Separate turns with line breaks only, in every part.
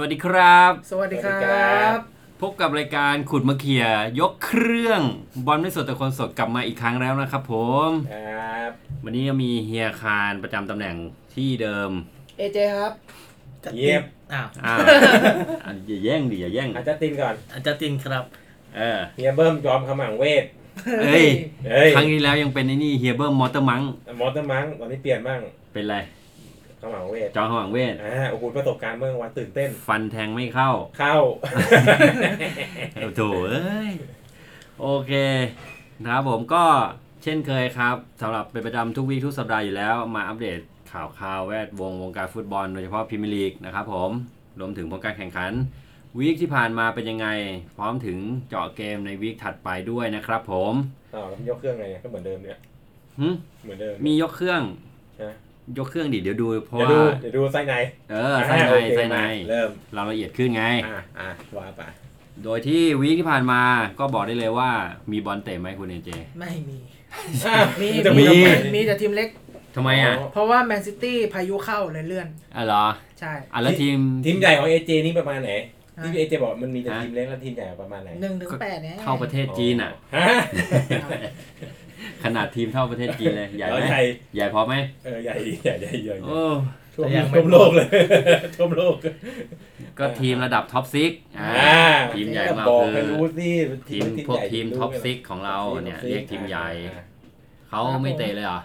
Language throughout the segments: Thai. วัสดีครับ
สวัสดีคร
สวัสดีครั
ับบ
พบกับรายการขุดมะเขีย ยกเครื่องบอลไม่สดแต่คนสดกลับมาอีกครั้งแล้วนะครับผม
ครับ
วันนี้ก็มีเฮียคารประจำตำแหน่งที่เดิม
เอเจครับ
จัด
เยี่
ติ
ย
น
ม
อ้าว
อ่าอ่ะอย่าแย่งดิอย่าแย่ง
อาจารย์ตินก่อน
อาจารย์ตินครับ
เออ
เฮียเบิ้มจอมขมังเวท
เอ้ย
เฮ้ย
ครั้งที่แล้วยังเป็นไอ้นี่เฮียเบิร์มมอเตอร์มัง
มอเตอร์มังวันนี้เปลี่ยนบ้าง
เป็นไร
ขมังเวท
จองหวังเวท
อ่าโอ้โหประสบการณ์เมื่อวันตื่นเต้น
ฟันแทงไม่เข้า
เข้า
โอ้โถเอ้ยโอเคนะครับผมก็เช่นเคยครับสำหรับเป็นประจำทุกวีคทุกสัปดาห์อยู่แล้วมาอัปเดตข่าวข่าวแวดวงวงการฟุตบอลโดยเฉพาะพรีเมียร์ลีกนะครับผมรวมถึงผลการแข่งขัน วีคที่ผ่านมาเป็นยังไง พร้อมถึงเจาะเกมในวีคถัดไปด้วยนะครับผม
ต่อแล้วยกเครื่องไงเนี่ยก็เหมือนเดิมเนี่ย
หึ
เหมือนเดิม
มียกเครื่อง
ฮะ
ยกเครื่องดิเดี๋ยวดูเพราะ
เดี๋ยว
ว่า
ดูเดี๋ยวดูไส้ใน
เออไส้ใน
อ่าโอเค
ไส้ใน
มาเริ่ม
เราละเอียดขึ้นไง
อ่าอ่าว่าไป
โดยที่วีคที่ผ่านมาก็บอกได้เลยว่ามีบอลเตะไหมคุณเอเจ
ไม่มี
อ่ะ
มี
จะ
มี
มีทำไ
มีแต่ทีมเล็ก
ทำไมอ่ะ
เพราะว่าแมนซิตี้พายุเข้าเลยเลื่อน
อ๋อเหรอ
ใช่
อ่ะแล้วทีม
ทีมใหญ่ของเอเจนี่ประมาณไหน
ฮะ
ที่เอเจบอกมันมีแต่
ฮะ
ทีมเล็กและทีมใหญ่ประมาณไหน
หนึ่งถึงแปดเนี่ย
เท่าประเทศจีนอ่ะ
ฮะ
ขนาดทีมเท่าประเทศจีน เลย ใหญ่ไหม
เราใหญ่
ใหญ่พอไหม
เออใหญ่ใหญ่ใหญ่ใหญ่
โอ้
ชมชมโลกเลยช มโลก
ก็ทีมระดับท็อปซิกอ่า
อ่า
ทีมใหญ่มาก
บอ
คือ
ให้รู้สิ
ทีมพวกทีมท็อปซิกของเราเนี่ย เรียกทีมใหญ่ เขาไม่เตะเลยเหรอ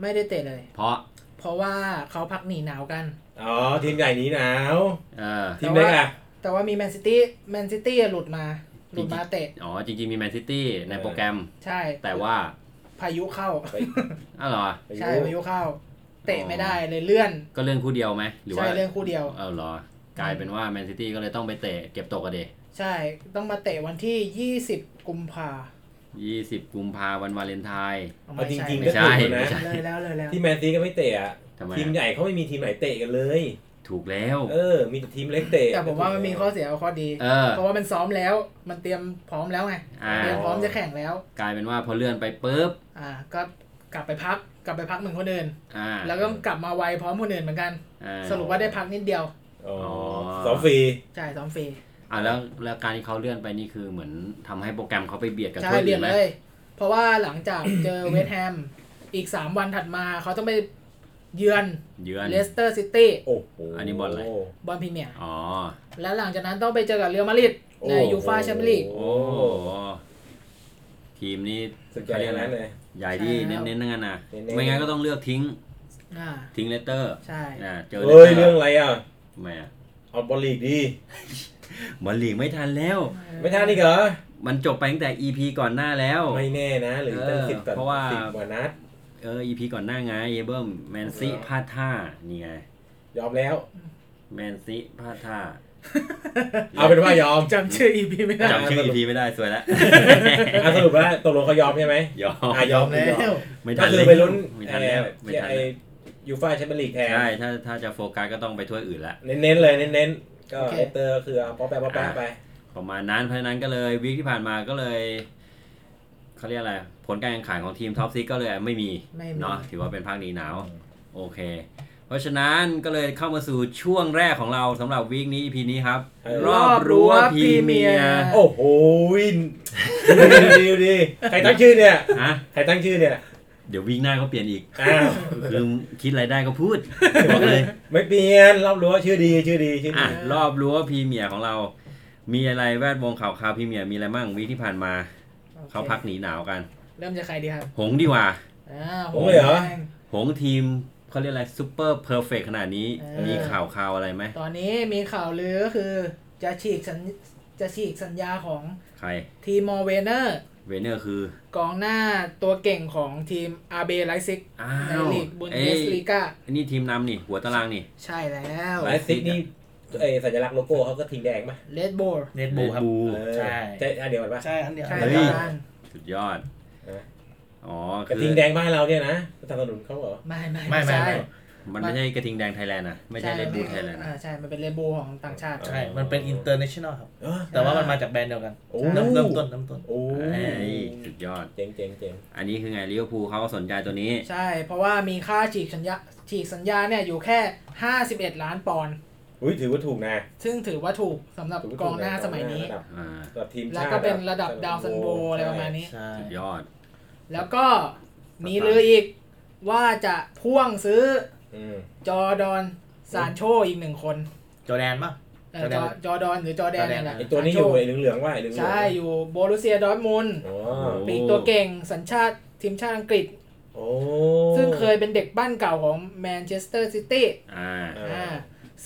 ไม่ได้เตะเลย
เพราะ
เพราะว่าเขาพักหนีหนาวกัน
อ๋อ ทีมใหญ่หนี้หนาว
เออ
ทีมเล็กอ่ะ
แต่ว่ามีแมนซิตี้แมนซิตี้หลุดมา หลุดมาเตะ
อ๋อ จริงๆ มีแมนซิตี้ในโปรแกรม
ใช่
แต่ว่า
พายุเข้า
อ้าวเหรอ
ใช่พายุเข้า เตะไม่ได้เลยเลื่อน
ก็เรื่องคู่เดียวไหมหรือว่า
ใช่เรื่องคู่เดียว
เออเหรอ กลายเป็นว่าแมนซิตี้ก็เลยต้องไปเตะเก็บตกกันเด
ใช่ต้องมาเตะวันที่ 20 กุมภา
ยี่สิบกุมภาวันวาเลนไทน์
เอาจริงๆ
ไม่
ก็
ใช่
ถูก
ไม่
นะ
ใช่
เลยแล้วเลยแล้ว
ที่แมนซีก็ไม่เตะอะ
ทำไม
ทีม
อะ
ใหญ่เขาไม่มีทีมไหนเตะกันเลย
ถูกแล้ว
เออ มีแต่ทีมเล็กเตะ
แต่ผมว่ามันมีข้อเสียกับข้อดี
เออ
เพราะว่ามันซ้อมแล้ว มันเตรียมพร้อมแล้วไง
อ่า
เตรียมพร้อมจะแข่งแล้ว
กลายเป็นว่าพอเลื่อนไปปุ๊บ
อ่า ก็กลับไปพัก กลับไปพักเหมือนคนอื่น
อ่า
แล้วก็กลับมาไวพร้อมคนอื่นเหมือนกัน
อ่า
สรุปว่าได้พักนิดเดียว
อ๋ออ
อ
สองฟรี
จ่ายซ้อมฟรี
อ่าแล้วแล้วการที่เขาเลื่อนไปนี่คือเหมือนทำให้โปรแกรมเขาไปเบียดกับ
ใช่
ถ้วย
เรี
อื่
ยน
นไหม
เลย เพราะว่าหลังจาก เจอเวสต์แฮม อีก 3 วันถัดมาเขาต้องไปเยือน
เยือน
เลสเตอร์ซิตี้
โอ้โห
อันนี้บอลอะไร
บอลพรีเมียร์
อ๋อ
และหลังจากนั้นต้องไปเจอกับเรอัลมาดริดในยูฟ่าแชมเปี้ยนลีก
โอ้ทีมนี้
สุดยอดอย่างนั้นเลย
ใหญ่ที่
ใช่
เน้
แล้ว
นๆทั้งนั้นนะ
เน้นๆ
ไม่งั้นก็ต้องเลือกทิ้ง
อ่า
ทิ้งเลตเตอร์
ใช่
นะเจอเล
เฮ้ย
ตเต
เรื่
อ
อง
ร์
อะไรอ่ะ
ทำไมอ่ะ
เอาบอลลีกดี
บอลลีกไม่ทันแล้ว
ไม่ทันอีกเหรอ
มันจบไปตั้งแต่ EP ก่อนหน้าแล้ว
ไม่แน่นะ หรือตั้งสิบต่อ
เพราะว่า
สิบกว่านัด
เออ EP ก่อนหน้าไงเอเบิร์มแมนซี
เหรอ
พลาดท่านี่ไง
ยอมแล้ว
แมนซีพลาดท่า
เอาเป็นว่ายอม
จำชื่ออีพีไม่ได้
จำชื่อ EP ไม่ได้สวยแล้ว
อ่ะสรุปว่าตกลงเขายอมใช่ไหม
ยอม
อ่ะยอมแล้ว
ไม่
ก็
ทัน
คื
เล
อย ไปลุ้น
ไม่ทันแล้ว
เอ่อ
ไม่ทัน
ไอ
แล้ว
ยูฟ่าแชมเปี้ยนลีกแทน
ใช่ถ้าถ้าจะโฟกัสก็ต้องไปถ้วยอื่นละ
เน้นๆเลยเน้นๆ ก็
โอเค
เอเตอร์ก็คือเอาป๊อปแปะป๊อปแปะ
อ่ะ
ไป
ประมาณนั้นเพราะฉะนั้นก็เลยวีคที่ผ่านมาก็เลยเขาเรียกอะไร ผลการแข่งขันของทีมท็อปซิกก็เลยไม่มี
ไม่มี
เนาะถือว่าเป็นภาคหนีหนาว โอเค เพราะฉะนั้นก็เลยเข้ามาสู่ช่วงแรกของเราสำหรับวีคนี้ EP นี้ครับ
เออ
รอบรั้วพรีเมียร์
โอ้โหวินดีดีดีใครตั้งชื่อเนี่ย
ฮะ
ใครตั้งชื่อเนี่ย
เดี๋ยววีคหน้าก็เปลี่ยนอีก
อ้าว
คือคิดอะไรได้ก็พูดบอกเลย
ไม่เปลี่ยนรับรู้ว่าชื่อดีชื่อดีชื่อ
อ่ะ
ดี
รอบรั้วพรีเมียร์ของเรา มีอะไรแวดวงข่าวคราวพรีเมียร์มีอะไรมั่งวีคที่ผ่านมา
โอค
เขาพักหนีหนาวกัน
เริ่มจากใครดีครับ
หงดีกว่า
อ่า
โอ้ยเหรอ
หงทีมเขาเรียกอะไรซูเปอร์เพอร์เฟกขนาดนี้
เออ
มีข่าวคราวอะไรไหม
ตอนนี้มีข่าวลือก็คือจะฉีกสัญจะฉีกสัญญาของ
ใคร
ทีมมอร์เวเนอร์
เวเนอร์คือก
องหน้าตัวเก่งของทีมอาเบไลซิก
อ้า
ใน
ว
ลีกบุน
เอ้
เด
ย
สลีกา
อันนี้ทีมนำนี่หัวตารางนี่
ใช่แล้ว
ไลฟ์ซิกนี่ไอสัญลักษณ์โลโก้เขาก็ทีแดงป่ะ
เลดโบล
เน็ตบูครับ
เออ
ใช่
ใช่อันเดียวกันป่ะ
ใช่อันเดียว
ใช่
เฮ้ย
จาน
สุดยอด
เออ
อ๋อ
กับ
คื
ที
อ
แดงบ้านเราเนี่ยนะสนับสนุนเขาเหรอ
ไม่ไม่
ไม่ไม่
ใช่
ไม่
มันไม่ใช่กระทิงแดงไทยแลนด์นะไม่ใช่เลดบูไทยแลนด์
อ่าใช่ มันเป็นเลดโบลของต่างชาติ
ใช่ มันเป็นอินเตอร์เนชั่นแนลครับ
เออ
แต่ว่ามันมาจากแบรนด์เดียวกัน
โอ้
เริ่มเริ่มต้นเริ่มต้น
โอ้
เอ้ยสุดยอด
เจ๋งเจ๋งเจ๋ง
อันนี้คือไงลิเวอร์พูลเขาก็สนใจตัวนี้
ใช่ เพราะว่ามีค่าฉีกสัญญาฉีกสัญญาเนี่ยอยู่แค่ 51 ล้านปอนด์
อุ้ยถือว่าถูกนะ
ซึ่งถือว่าถูกสำหรับ
ถืว่
ก
ถู
องหน้าสมัยนี้
ระดับ
อ่า
ระดับทีมชาติ
แล้วก็เป็นระดับดาวซันโบอะไรประมาณนี้
ใช่
สุดยอด
แล้วก็มีลืออีกว่าจะพ่วงซื้อ
อืม
จอร์ดอนซานโชอีกหนึ่งคน
จอร์แดนป่ะ
เอ่อจอจอร์ดอนหรือจอร์แดนเนี่ยแหละ
ไอตัวนี้อยู่ไอเหลืองๆว่าไอเหลืองๆ
ใช่อยู่โบรุเซียดอร์ทมุนด์
โอ้
อ้
ปีกตัวเก่งสัญชาติทีมชาติอังกฤษ
โอ้
ซึ่งเคยเป็นเด็กบ้านเก่าของแมนเชสเตอร์ซิตี้
อ่า
เอออ่
่า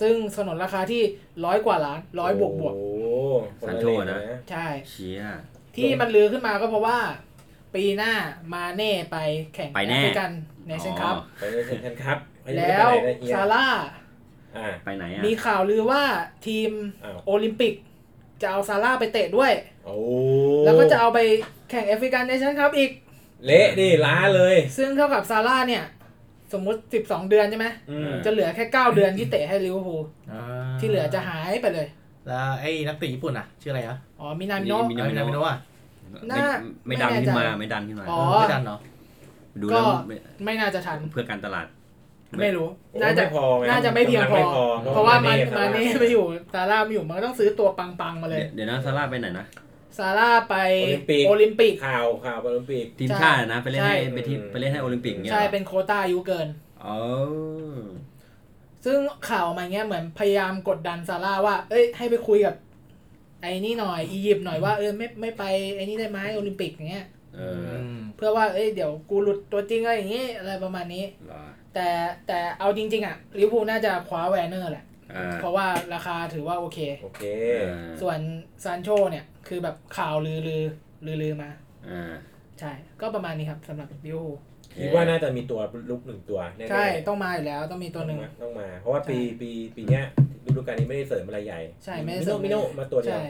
ซึ่งสนนราคาที่ร้อยกว่าล้านร้อยบวกบวก
โอ้คละ
สันโชนะ
เล
ๆใช่
เชีย
ที่มันลือขึ้นมาก็เพราะว่า ปีหน้ามาเน่ไปแข่ง
ไปแน่
ริกันในเซนคัพ
ไปเซ็นกันครับไม่รู้
แล้ว
ไปไหนนะเฮีย
ซาร่า
อ่า
ไปไหนอ่ะ
มีข่าวลือว่าทีม
อ้าว
โอลิมปิก จะเอาซาร่าไปเตะด้วย
โอ้
แล้วก็จะเอาไปแข่งแอฟริกันเนชั่นคัพอีก
เละดิล้าเลย
ซึ่งเท่ากับซาร่าเนี่ย สมมุติ 12 เดือนใช่ไหม
อืม
จะเหลือแค่ 9 เดือนที่เตะให้ลิเวอร์พูล
อ่า
ที่เหลือจะหายไปเลย
แล้วไอ้นักเตะญี่ปุ่นอ่ะ ชื่ออะไรอ่ะ
อ๋อ มินามิโนะ
มิ
มิ
นา
นา
มิ
มิ
โนะ
โนะอ่ะ
ไม่ไม่ดันขึ้นมาไม่ดันขึ้นมา
อ๋อ
ไม่ดันเนาะ
ดูแล้ว
ก็
ไม่
ไม่น่าจะทัน
เพื่อการตลาด
ไม่รู้
โอ้
น่าจะ
ไม่พอไง
น่าจะไม่เพียงพอ
กำลั
เพราะว่ามัน
พอ
มาเน่ไม่อยู่ซาร่าไม่อยู่มันก็ต้องซื้อตัวปังๆมาเลย
เดี๋ยวเดี๋ยวนะซาร่าไปไหนนะ
ซาร่าไป
โอลิมปิก
โอลิมปิก
ข่าวข่าวโอลิมปิก
ทีมชาตินะ ไปเล่นให้
ใช่
ไปที่ไปเล่นให้โอลิมปิกอย่างเงี้ย
ใช่
หรอ
เป็นโควต้าอายุเกิน
อ๋อ
ซึ่งข่าวมาเงี้ยเหมือนพยายามกดดันซาร่าว่า เอ้ยให้ไปคุยกับ ไอ้นี่หน่อยอียิปต์หน่อยว่าเออไม่ไม่ไปไอ้นี่ได้ไหมโอลิมปิกอย่างเงี้ย
เออ
ม
เพื่อว่าเอ้ยเดี๋ยวกูหลุดตัวจริงอะไรอย่างงี้อะไรประมาณนี้
เหรอ
แต่แต่เอาจริง ๆ อ่ะลิเวอร์พูลน่าจะคว้าแวร์เนอร์แหละ
อ่า
เพราะว่าราคาถือว่าโอเค
โอเค
ส่วนซานโชเนี่ยคือแบบข่าวลือลือลือลือมา
อ่า
ใช่ ก็ประมาณนี้ครับสำหรับลิเวอร์พูล
คิดว่าน่าจะมีตัวลุกหนึ่งตัวแน่ๆ
ใช่ต้องมาอยู่แล้วต้องมีตัวหนึ่ง
ต้องมา เพราะว่าปีปีปีเนี้ยฤดูกาลนี้ไม่ได้เสริมอะไรใหญ่
ใช่ไม่ได้เสริม
มิโน่มิโน่มาตัวเดียว
ใช่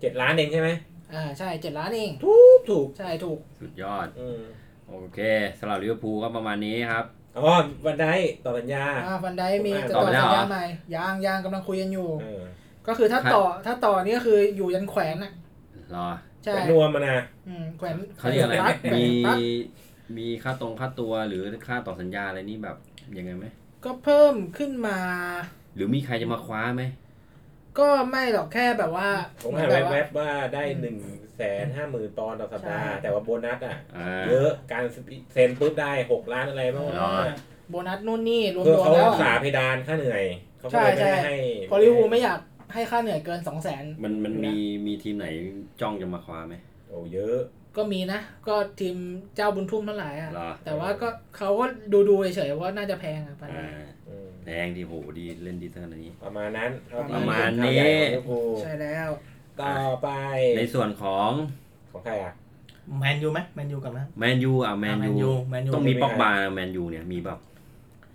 เจ็ดล้านเองใช่ไหม
อ่าใช่เจ็ดล้านเอง
ถูกถูก
ใช่ถูก
สุดยอด
อืม
โอเคสำหรับลิเวอร์พูลก็ประมาณนี้ครับ
อ๋อวันได้ต่อสัญญา
อ่าฟันไดมี
ผมอ่าน
ต่
จะ
อไม่
ต่อ
ได้
สั
เหรอ
ญญาใหม่ยางยางกำลังคุยกันอยู่
เออ
ก็คือถ้าต่อถ้าต่อนี่ก็คืออยู่ยันแขวนอ่ะ
เหรอ
ใช่
แต่นวมมานะ
อืมแขวน
เขาเรียกอะไร
แขวนปั๊บ
มี
แขวนปั๊บ
มีค่าตรงค่าตัวหรือค่าต่อสัญญาอะไรนี่แบบยังไงไหม
ก็เพิ่มขึ้นมา
หรือมีใครจะมาคว้าไหม
ก็ไม่หรอกแค่แบบว่า
ผมอ่าน
แบบ
แว
ว่า
บๆว่าได้หนึ่งแสนห้าหมื่นปอนด์ต่อสัปดาห์
ใช่
แต่ว่าโบนัสอ่ะ
อ่า
เยอะการเซ็นปุ๊บได้ 6 ล้านอะไรบ้างวะ
ร้อย
โบนัสนู่นนี่รว
เพื่อ
ม
เขา
ๆแล้ว
รักษา
อะ
เพดานค่าเหนื่อย เขา
ใช่
ก็เลยไม่
ใช่
ได้ให้
พอลิเวอร์พูลไม่อยากให้ค่าเหนื่อยเกินสองแสน
มันมันมีมีทีมไหนจ้องจะมาคว้าไหม
โอ้เยอะ
ก็มีนะ ก็ทีมเจ้าบุญทุ่มทั้งหลายอ่ะ
เหรอ
แต่ว่าก็เขาก็ดูดูๆเฉยๆว่าน่าจะแพงอ่ะปันนี้
อ่า
อืม
แดงดีโหดีเล่นดีขนาดนี้
ประมาณนั้น
ประมาณ
นี้
ลิเวอร์พูล
ใช่แล้ว
ต่อไป
ในส่วนของ
ของใครอ่ะ
แมนยูไหมแมนยูกับนะ
แมนยูอ่ะแมน
แมน
ยู
ยูแมนยู
ต้องมี
มีไหม
ป็อกบาแมนยูเนี่ยมีแบบ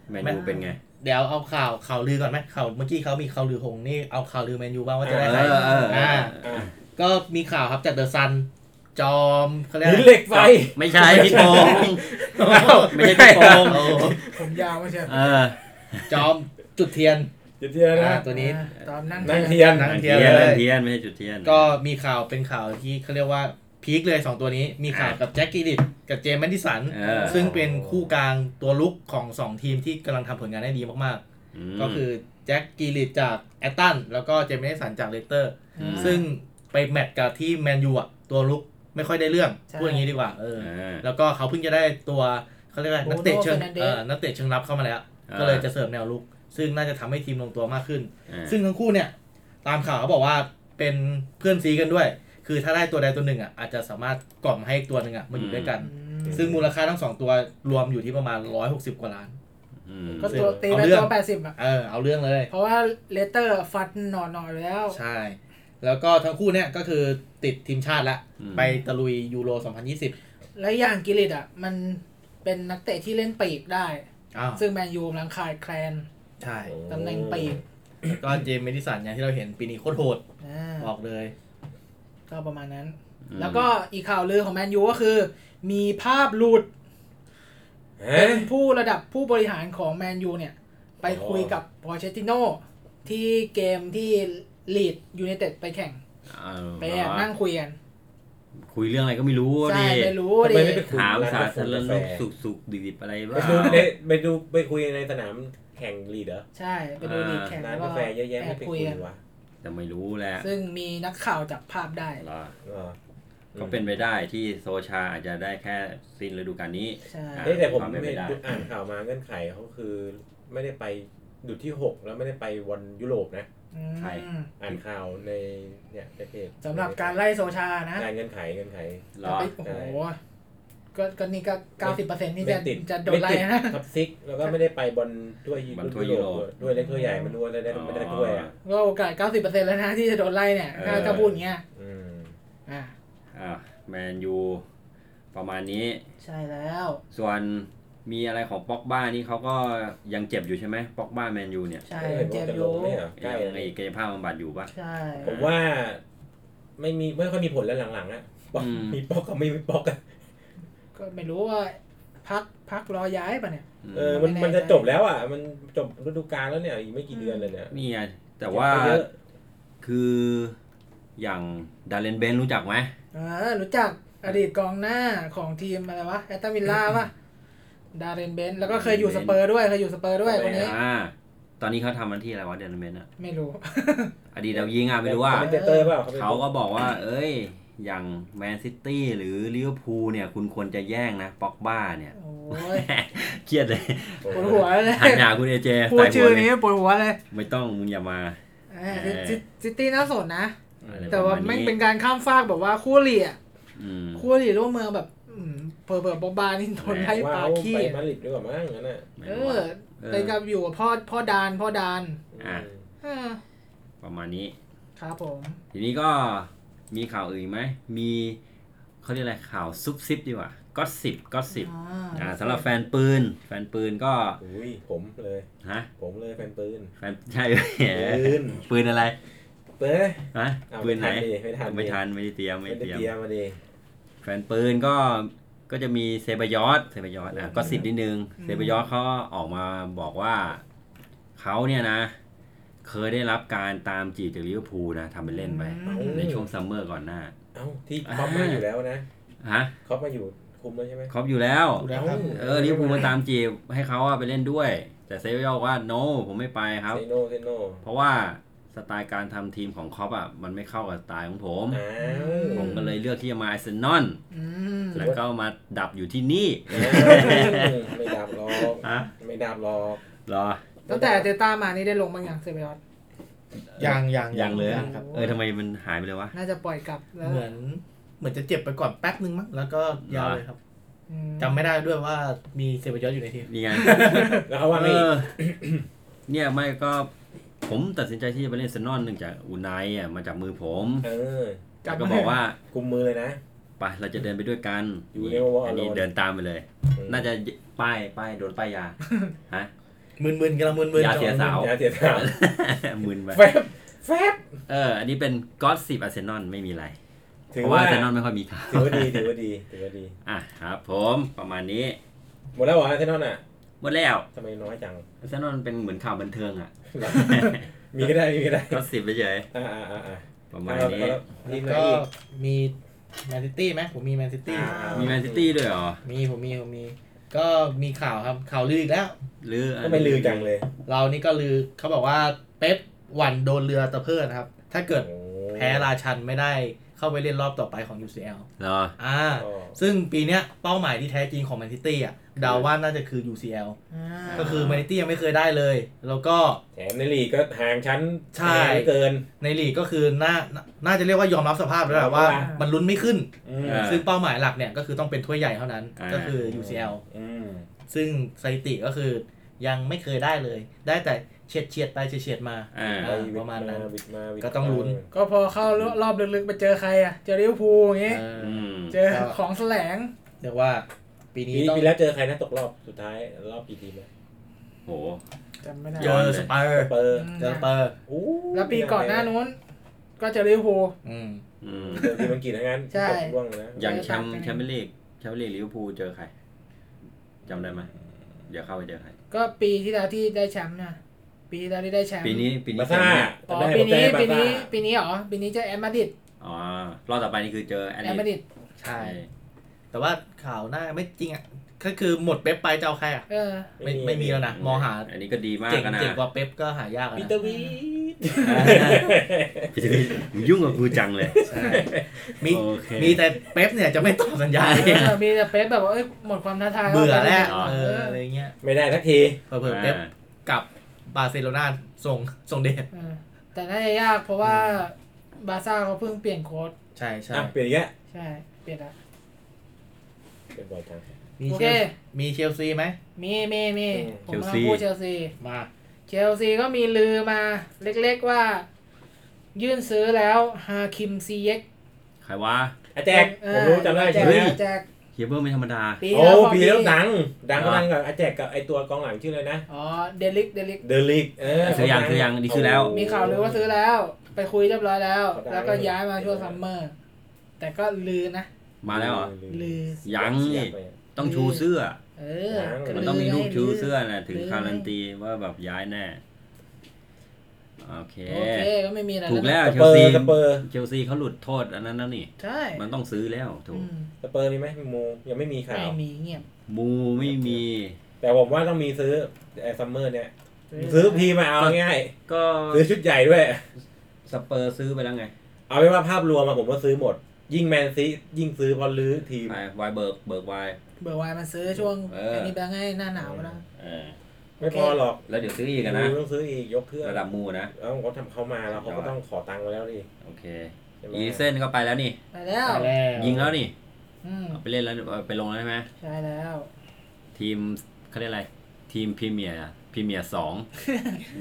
แมนยู
แมน
เป็นไง
เดี๋ยวเอาข่าวข่าวลือก่อนไหมข่าวเมื่อกี้เขามีข่าวลือหงนี่เอาข่าวลือแมนยูบ้างว่าจะได้ใคร
เออเออเอออ่
า
อ่ะ
ก็มีข่าวครับจากเดอะซัน จอมเขาเรียก
หิน
อะไร
เหล็กไฟ
ไม่ใช่พี่โป่งไม่ใช่พี่โป่ง
โอ้โห
ผมยาวไม่ใช่
เออ
จอมจุดเทียน
จุดเทียนนะ
อ่าตัวนี้
อ่าตอนนั่ง
นั่ง
เทียน
เทียน
เทียน
นั่งเทียนเลย
เทียนไม่ใช่จุดเทียน
ก็มีข่าวเป็นข่าวที่เขาเรียกว่าพีคเลยสองตัวนี้ มีข่าว
อ่ะ
กับแจ็คกิลิตกับเจมส์แมนดิสัน
เออ
ซึ่งเป็นคู่กลางตัวลุกของสองทีมที่กำลังทำผลงานได้ดีมาก
ม
ๆ ก็คือแจ็คกิลิตจากแอตตันแล้วก็เจมส์แมนดิสันจากเลสเตอร์
อืม
ซึ่งไปแมตช์กับที่แมนยูอ่ะ ตัวลุกไม่ค่อยได้เรื่อง
ใช่
พูดอย่างนี้ดีกว่าเออ
อ่า
แล้วก็เขาเพิ่งจะได้ตัวเขาเรียกว่า
โบ
นั
โน่
กเตะเชิง
Fernandez
เออนักเตะเชิงรับเข้ามาแล้ว
อ่า
ก็เลยจะเสริมแนวลุก ซึ่งน่าจะทำให้ทีมลงตัวมากขึ้น
อ่า
ซึ่งทั้งคู่เนี่ย ตามข่าวเขาบอกว่าเป็นเพื่อนซีกันด้วย คือถ้าได้ตัวใดตัวหนึ่งอ่ะอาจจะสามารถกล่อมให้อีกตัวหนึ่งอ่ะมาอยู่ด้วยกัน
อืม
ซึ่งมูลค่าทั้งสองตัวรวมอยู่ที่ประมาณ 160 กว่าล้าน
อืม
ก็ตัวตีไป
เอาเรื่
ตั
อ
ว
ง
แปดสิบอ่ะ
เออเอาเรื่องเลย
เพราะว่าเลเตอร์ฟัดหนอนๆอยู่แล้ว
ใช่ แล้วก็ทั้งคู่เนี่ยก็คือติดทีมชาติละ
อืม
ไปตะลุยยูโร 2020
และอย่างกิลิตอ่ะ มันเป็นนักเตะที่เล่นปีกได้
อ้าว
ซึ่งแมนยูกำลังขาดแคลน
ใช่
ตำแหน่งปีก
แล้วก็เจมส์เมดิสันอย่างที่เราเห็นปีนี้โคตรโหด
อ่า
บอกเลย
ก็ประมาณนั้น
อืม
แล้วก็อีกข่าวลือของแมนยูก็คือ มีภาพหลุด
ฮะ
เป็นผู้ระดับผู้บริหารของแมนยูเนี่ย ไปคุยกับพอเชติโนที่เกมที่ลีดยูไนเต็ดไปแข่ง
เอา
ไปแอบนั่งคุยกัน
คุยเรื่องอะไรก็ไม่รู้
ใช่
ดิ
ไม่รู้
ทำไม
ดิ
ไม่ไปคุย
ถามสาธารณ
ร้านกาแฟ
สุขสุขดิบๆอะไร
ไป
บ้า
ดู
ง
ในไปดูไปคุยในสนาม
แข่งลีดเหรอ
ใช่ ไปดูลีกแข่ง
ร้า
แล้ว
น
ก็
กาแฟเยอะแยะ
แอ
ไม่
บ
ไป
คุ
คุ
ย
ย
กัน
วะ
แต่ไม่รู้แหละ
ซึ่งมีนักข่าวจับภาพได้
เหรอ
เออ
ก็เป็นไปได้ที่โซชาอาจจะได้แค่สิ้นฤดูกาลนี้
ใช่
เอ้ยแต่ผม
ความเป็นไป
ไม่
ได้
อ่านข่าวมาเงื่อนไขเขาคือ ไม่ได้ไปดูที่หกแล้วไม่ได้ไปบอลยุโรปนะ
อื
ใช่
ม
อ่านข่าวในเนี่ยในเพจ
สำหรับการไล่โซชานะ
ได้เงื่อนไขเงื่อนไข
เหร
จะ
อ
ไปโอ้โหก็ก็นี่ก็เก้าสิบเปอร์เซ็นต์นี่จะ
ไม่ติด
จะโดนไล่นะ
ทับซิก แล้วก็ไม่ได้ไปบอลถ้วยยุโรปด้วยเล็กถ้วยใหญ่มันด้วยได้ได้ไม่ได้ถ้วยอ่ะ
ก็โอกาสเก้าสิบเปอร์เซ็นต์แล้วนะที่จะโดนไล่เนี่ยถ้าจะพูดอย่างเงี้ย
อืม
อ่า
อ่ะแมนยูประมาณนี้
ใช่แล้ว
ส่วนมีอะไรของป็อกบ้านี่เขาก็ยังเจ็บอยู่ใช่ไหมป็อกบ้าแมนยูเนี่ย
ใช่
ไม่ห็น
เจ
ว่าม จะ
อ
ล
ยู
งเนี่ยใกล้
ยัง
แล้ว
ไอ้
นี่
กายภาพบำบัดอยู่ปะ
ใช่
ผมว่า ไม่มีไม่ค่อยมีผลแล้วหลังๆอะบอก
อืม
มีปอกกับไม่มีปอกอะ
ก็ไม่รู้ว่าพักพักรอย้ายป่ะเนี่ย
ม
เออมัน
ไม่แน่
มันจะ
ใจ
จบแล้วอ่ะ มันจบฤดูกาลแล้วเนี่ยอีกไม่กี่เดือนเลยเนี่ย
นี่ไงแต่ว่า
เยอะ
คืออย่างดาเลนเบนรู้จักไหม
อ่ารู้จักอดีตกองหน้าของทีมอะไรวะแอตตามิลล่าป่ะ ดาเรนเบนซ์แล้วก็เคยอยู่สเปอร์ด้วย เคยอยู่สเปอร์ด้วยคนนี้
อ่าตอนนี้เขาทำหน้าที่อะไรวะดาเลนเบนอะ
ไม่รู้
อดีตดาวยิงอ่ะไม่รู้ว่า
เป็นเตเตอร์เปล่า
เขาก็บอกว่า เอ้ย อย่างแมนซิตี้หรือลิเวอร์พูลเนี่ย คุณควรจะแย่งนะป็อกบ้าเนี่ย
โอ้ย
เครียดเลย
ปวดหัวเลย
หันหาคุณเอเจ
พูด
ใส่หั
ชื่
ว
อ
เล
นี้
ย
ปวดหัวเลย
ไม่ต้องมึงอย่ามา
เออ
เออ
ซิซิตี้น่าสนนะ
อะไร
แต่
ประ
ว่า
มาณ
ไม่
นี้
เป็นการข้ามฟากแบบว่าคู่เหลี่ย
อืม
คู่เหลี่ยร่วมเมืองแบบอืมเผลอเบอบบาๆนี่โดนไล่
ว่า
ปา
เอา
ขี้
ไป
อะ
มาดริดดีกว่ามั้งงั้นน่ะ
ไม่
เอ
รู้
อ
อะ
ไปกับอยู่กับพ่อพ่อดานพ่อดาน
อ่ะ
ม
เออ
ประมาณนี้
ครับผม
ทีนี้ก็มีข่าวอื่นไหม มีเขาเรียกอะไรข่าวซุบซิบดีกว่าก็สิบก็สิบอ่าสำหรับแฟนปืน แฟนปืนก็
อุ้ยผมเลย
ฮะ
ผมเลยแฟนปืน
แฟน ใช่ไหม
ปืน
ปืนอะไร
เป้ย
ฮะ
เอา
ปืนไหน
ม่ทัดิไม่ทันดิ
ไม่ทันไม่ได้เตรียม
ไม่
ไม่
ได้
ได้เตรียม
เตรียมมาดี
แฟนปืนก็ก็จะมีเซบายอสเซบายอสอ่ะก็สิบนิดนึง
อืม
เซบายอสเขาออกมาบอกว่าเขาเนี่ยนะ เคยได้รับการตามจีบจากลิเวอร์พูลนะทำเป็นเล่นไป
อืม
ม
ในช่วงซัมเมอร์ก่อนหน้า
เอ้าที่ครอปมาอยู่แล้วนะ
ฮะ
ครอปมาอยู่คุมแล้วใช่ไหม
ครอบอยู่แล้ว
ดูแล้วครับ
เออลิเวอร์พูลมาตามจีบให้เขาอะไปเล่นด้วย แต่เซบายอสบอกว่า no ผมไม่ไปครับ
เซโนเซโน
เพราะว่าสไตล์การทำทีมของครอปอ่ะมันไม่เข้ากับสไตล์ของผม
อ้าว
ผมก็เลยเลือกที่จะมาอาร์เซนอล
อืม
แล้วก็มาดับอยู่ที่นี่
ไม่ดับหรอก
ฮะ
ไม่ดับหรอก
เหรอ
ตั้งแต่เตต้ามานี่ได้ลงบางอย่างเซเบยอส
ยังยัง
ยังเลย
งครับ
เออทำไมมันหายไปเลยวะ
น่าจะปล่อยกลับแล้ว
เหมือนเหมือนจะเจ็บไปก่อนแป๊บนึงมั้งแล้วก็ยาวเลยครับ
อืม
จำไม่ได้ด้วยว่ามีเซเบยอสอยู่ในทีม
นี่ไง
แล้วเขาว่า
เอ
ไม่
อ เนี่ยไม่ก็ผมตัดสินใจที่จะไปเล่นเซนนอนเนื่องจากอุไนอ่ะมาจากมือผม
เออ
แล้วก็บอกว่า
กุมมือเลยนะ
ไปเราจะเดินไปด้วยกัน
อยู่ในวอล
อันนี้
โลน
เดินตามไปเลย น่าจะป้ายป้ายโดน ป้ายยาฮะ
มึนๆกำลังมึนๆ
ยาเสียสาว
อย่าเสียสาว
มึนไป
แฟบแฟบ
เออ อันนี้เป็นก็อตสิบอาร์เซนอลไม่มีอะไร
ถื
เพ
อ
ราะว่า
ว่า
อาร์เซนอลไม่ค่อยมีข่าว
ถือว่าดีถือว่าดีถือว่าดี
อ่ะครับ ผมประมาณนี้
หมดแล้วเหรอเซโนน่ะ
หมดแล้ว
ทำไมน้อยจัง
อาร์เซนอลเป็นเหมือนข่าวบันเทิงอ่ะ
มีก็ได้มีก็ได้
ก็อตสิบไปเฉย
อ่าอ่าอ่าอ่า
ๆประมาณน
เอ
ี้
เอนี่ไหน
แล้วก็
อีก
มีแมนซิตี้ไหมผมมีแมนซิตี้
อ่า
มีแมนซิตี้ด้วยเหรอ
มีผมมีผมมี ก็มีข่าวครับข่าวลืออีกแล้ว
หรืออัน
ก็ไม่ลือจังเลย
เรานี่ก็ลือเขาบอกว่าเป๊ปหวันโดนเรือตะเพิดนะครับ ถ้าเกิด
โอ้
แพ้ราชันไม่ได้เข้าไปเล่นรอบต่อไปของ UCL
เหรอ
อ่า
ก็
ซึ่งปีเนี้ยเป้าหมายที่แท้จริงของแมนซิตี้อ่ะเดาว่าน่าจะคือ UCL
อ่า
ก็คือแมนซิตี้ยังไม่เคยได้เลย แล้วก็
แถมในลีกก็ห่างชั้น
ใช่
แย่เกิน
ในลีกก็คือน่าน่าน่าจะเรียกว่ายอมรับสภาพแล้วแหละว่า
อ่ามั
มันลุ้นไม่ขึ้น
อืม
อ่า
ซึ่งเป้าหมายหลักเนี่ยก็คือต้องเป็นถ้วยใหญ่เท่านั้น
อ่า
ก็คือ UCL
อืม
ซึ่งสถิติก็คือยังไม่เคยได้เลย ได้แต่เฉียดเฉียดๆไปเฉียดเฉียดๆมา
อ่า
อ่าประมาณนั้น
วิดมาวิดมา
ก็ต้องลุ้น
ก็พอเข้ารอบลึกๆไปเจอใครอ่ะ เจอลิเวอร์พูลอย่างงี้
เออ
อืม
เจอ
ครับ
ของแสลง
เรียกว่าปี
ปี
นี้ต้อง
ปีแล้วเจอใครนะตกรอบสุดท้ายรอบกี่ทีมนะ
โห
จำไม่ได้
เจอสเปอร์
เปอร์
เจอสเปอร์
อู้
แล้วปีก่อนหน้านู้น ก็เจอลิเวอร์พูล
อืม
อืม
เจอทีมอังกฤษทั้งนั้น
ใช่
ตกร่วงนะ
อย่างแชมป์แชมเปี้ยนลีกแชมเปี้ยนลีกลิเวอร์พูลเจอใครจำได้ไหมเดี๋ยวเข้าไปเจอใคร
ก็ปีที่แล้วที่ได้แชมป์นะ ปีที่แล้วที่ได้แชมป์
ปีนี้ปีนี้
บาซ่า
เจอเนี่ย
อ๋อ
จำได้
ปีนี้
ผมจำ
ปีนี้
ได้บาซ่า
ปีนี้เหรอ ปีนี้เจอแอตมาดริด
อ๋อ รอบต่อไปนี่คือเจอแอต
แอ
เล
ตมาดริด
ใช่ แต่ว่าข่าวหน้าไม่จริงอ่ะ ก็คือหมดเป๊ปไปจะเอาใครอ่ะ
เออ
ไม่ไม่มีแล้วนะมองหา
อันนี้ก็ดีมาก
เจ๋ง
นะ
เจ๋งกว่าเป๊ปก็หายากอะ
ปี
นะ
เตอร์วีด
พี่จะไปยุ่งกับกูจังเลย
ใช่มี
โอเค
มีแต่เป๊ปเนี่ยจะไม่ตอบสัญญา
เออมีแต่เป๊ปแบบว่าเอ้ยหมดความท้าทาย
เบื่อแล้ว
าไป
เอ
เย
ออะไรเงี้ย
ไม่ได้สักที
เผื่อๆเป๊ปกับบาร์เซโลนาส่งส่งเดช
เออแต่น่าจะยากเพราะว่าบาร์ซ่าเขาเพิ่งเปลี่ยนโค้ด
ใช่ใช่
อ่ะ เปลี่ยนอีกแล้ว
ใช่เปลี่ยนแล้ว
เปลี่ยนบ่อยจัง
มี
โอ
เช
เค
ลมีเชลซีไหม
มีมีมี
อืม
ผมกำลังพูดเชลซี
มา
เชลซีก็มีลือมาเล็กๆว่า ยื่นซื้อแล้วฮาคิมซีเย็ก
ใครวะ
อาแจก ผมรู้จำได้
แจ
ใช่
ก
ไหม
แจก
เฮียเบิร์ไม่ธรรมดา
ปี
โอ้
ฟร์ม
ปี
ดี
แล้วดัง ดังก็ดังกับอาแจกกับไอตัวกองหลังชื่อเลยนะ
อ๋อเดลิกเดลิก
เดลิกเออ
ซื้อยังซื้อยังนี่ซื้อแล้ว
มีข่าวลือว่าซื้อแล้ว ไปคุยเรียบร้อยแล้ว แล้วก็ย้ายมาช่วงซัมเมอร์ แต่ก็ลือนะ
มาแล้วเหรอ
ลือ
ยังนี่ต้องชูเสื้อ
เออก็
มันต้องมีรูปชูเสื้อนะถึง
ลือ
การันตีว่าแบบย้ายแน่โอเค
โอเคก็ไม่มีอะไร
ถูกแล้ว
ส
เช
เป
ล
อ
ซี
ร์สเปอร์
เชลซีเขาหลุดโทษอันนั้นแล้วนี่
ใช่
มันต้องซื้อแล้วถู
อื
ก
ม
สเปอร์มีไหมโมยังไม่มีข่า
ไม่
ว
มีเงียบ
มูไม่มี
แต่ผมว่าต้องมีซื้อไอซัมเมอร์เนี่ย ซื้อพีมาเอาง่าย
ก็
ๆซื้อชุดใหญ่ด้วย
สเปอร์ซื้อไปแล้วไง
เอาเป็นว่าภาพรวมอะผมก็ซื้อหมด ยิ่งแมนซียิ่งซื้อเพอลื้อทีม
ไปวายเบิร์กเบิร์กวาย
เบอร์ไวน์มันซื้อช่วง
เอออั
อันนี้แบงค์ให้หน้าหนาวนะ
เออ
ไม่พอหรอก
แล้วเดี๋ยวซื้ออีกอะนะ
ต้องซื้ออีกยกเครื่อง
ระดับมูนะ
แล้วเขาทำเขามาแล้วเขาก็ต้องขอตังค์มาแล้วดิ
โอเค
ใช่ไหม
อีเซนก็ไปแล้วนี่
ไปแล้ว
ไปแล้ว
ยิงแล้วนี่
อืม
เอาไปเล่นแล้วเอาไปลงแล้วใช่ไหม
ใช่แล้ว
ทีมเขาเรียกอะไร ทีมพรีเมียร์พรีเมียร์สอง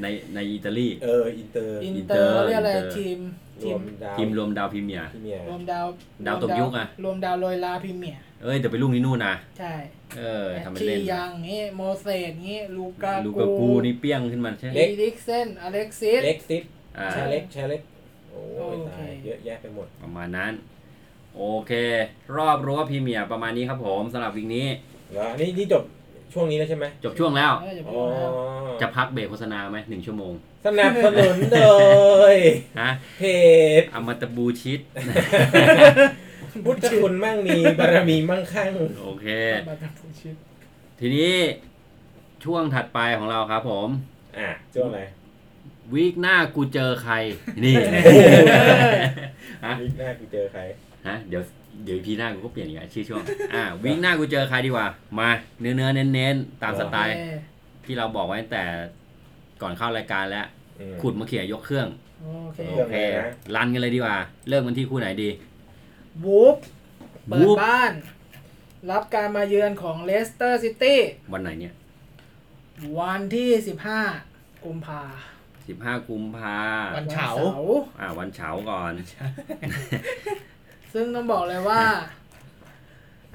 ในในอิตาลี
เอออินเตอร์
อินเตอ
Inter
ร์เรียกอะไร
Inter
ทีม
ร
ที
ว
ม
มดาว
ทีมรวมดาวพรีเมียร์
พรีเมียร์
รวมดาว
ดาวตกยุคอะ
รวมดาวโรยลาพรีเมียร์
เอ้ยเดี๋ยวไปลูกนี้นู่นนะ
ใช่
เออทำเป็น
ชี
เล่น
ยังงี้โมเสสงี้ลูกา
ลูกากูนี่เปี้ยงขึ้นมาใช่ไหม
อีลิกเซนอเล็กซิส
เล็กซิป
อ่า
ชาเล็กชาเล็กโอ้ย
โอเค
ตายเยอะแยะไปหมด
ประมาณนั้น โอเค รอบรั้วพรีเมียร์ประมาณนี้ครับผมสำหรับวิกนี้
แล้วอันนี่นี่จบช่วงนี้แล้วใช่ไหม
จบช่วงแล้ว
เอออย่า
อ๋
พู
อ
ดนะ
จะพักเบรกโฆษณาไหมหนึ่งชั่วโมง
สนับสนุนโด ย
ฮะ
เพจ
อามาตะบูชิต
พุทธคุณมั่งมีบารมีมั่งคั่ง
โอเค
บัตรผู้ชิด
ทีนี้ช่วงถัดไปของเราครับผม
อ่ะช่วงอะไร
วีคหน้ากูเจอใคร นี่ ฮะ
วิกหน้ากูเจอใคร
ฮะเดี๋ยวเดี๋ยวพีหน้ากูก็เปลี่ยนอีกอะชื่อช่วง อ่าวีคหน้ากูเจอใครดีกว่า มาเนื้อเนื้อเน้นเน้นๆตามสไตล์
เออ
ที่เราบอกไว้ตั้งแต่ก่อนเข้ารายการแล้ว
อืม
ขุดมาเขี่ยยกเครื่อง
โอเค
รื่
โอง เค
ไหนนะ
รันกันเลยดีกว่า เริ่มกันที่คู่ไหนดี
วูฟเปิด
วูฟ
บ้าน รับการมาเยือนของเลสเตอร์ซิตี้
วันไหนเนี่ย
วันที่ 15 กุมภา
15 กุมภา
วันเสาร์
ร์
อ่าวันเฉาร์ก่อน
ซึ่งต้องบอกเลยว่า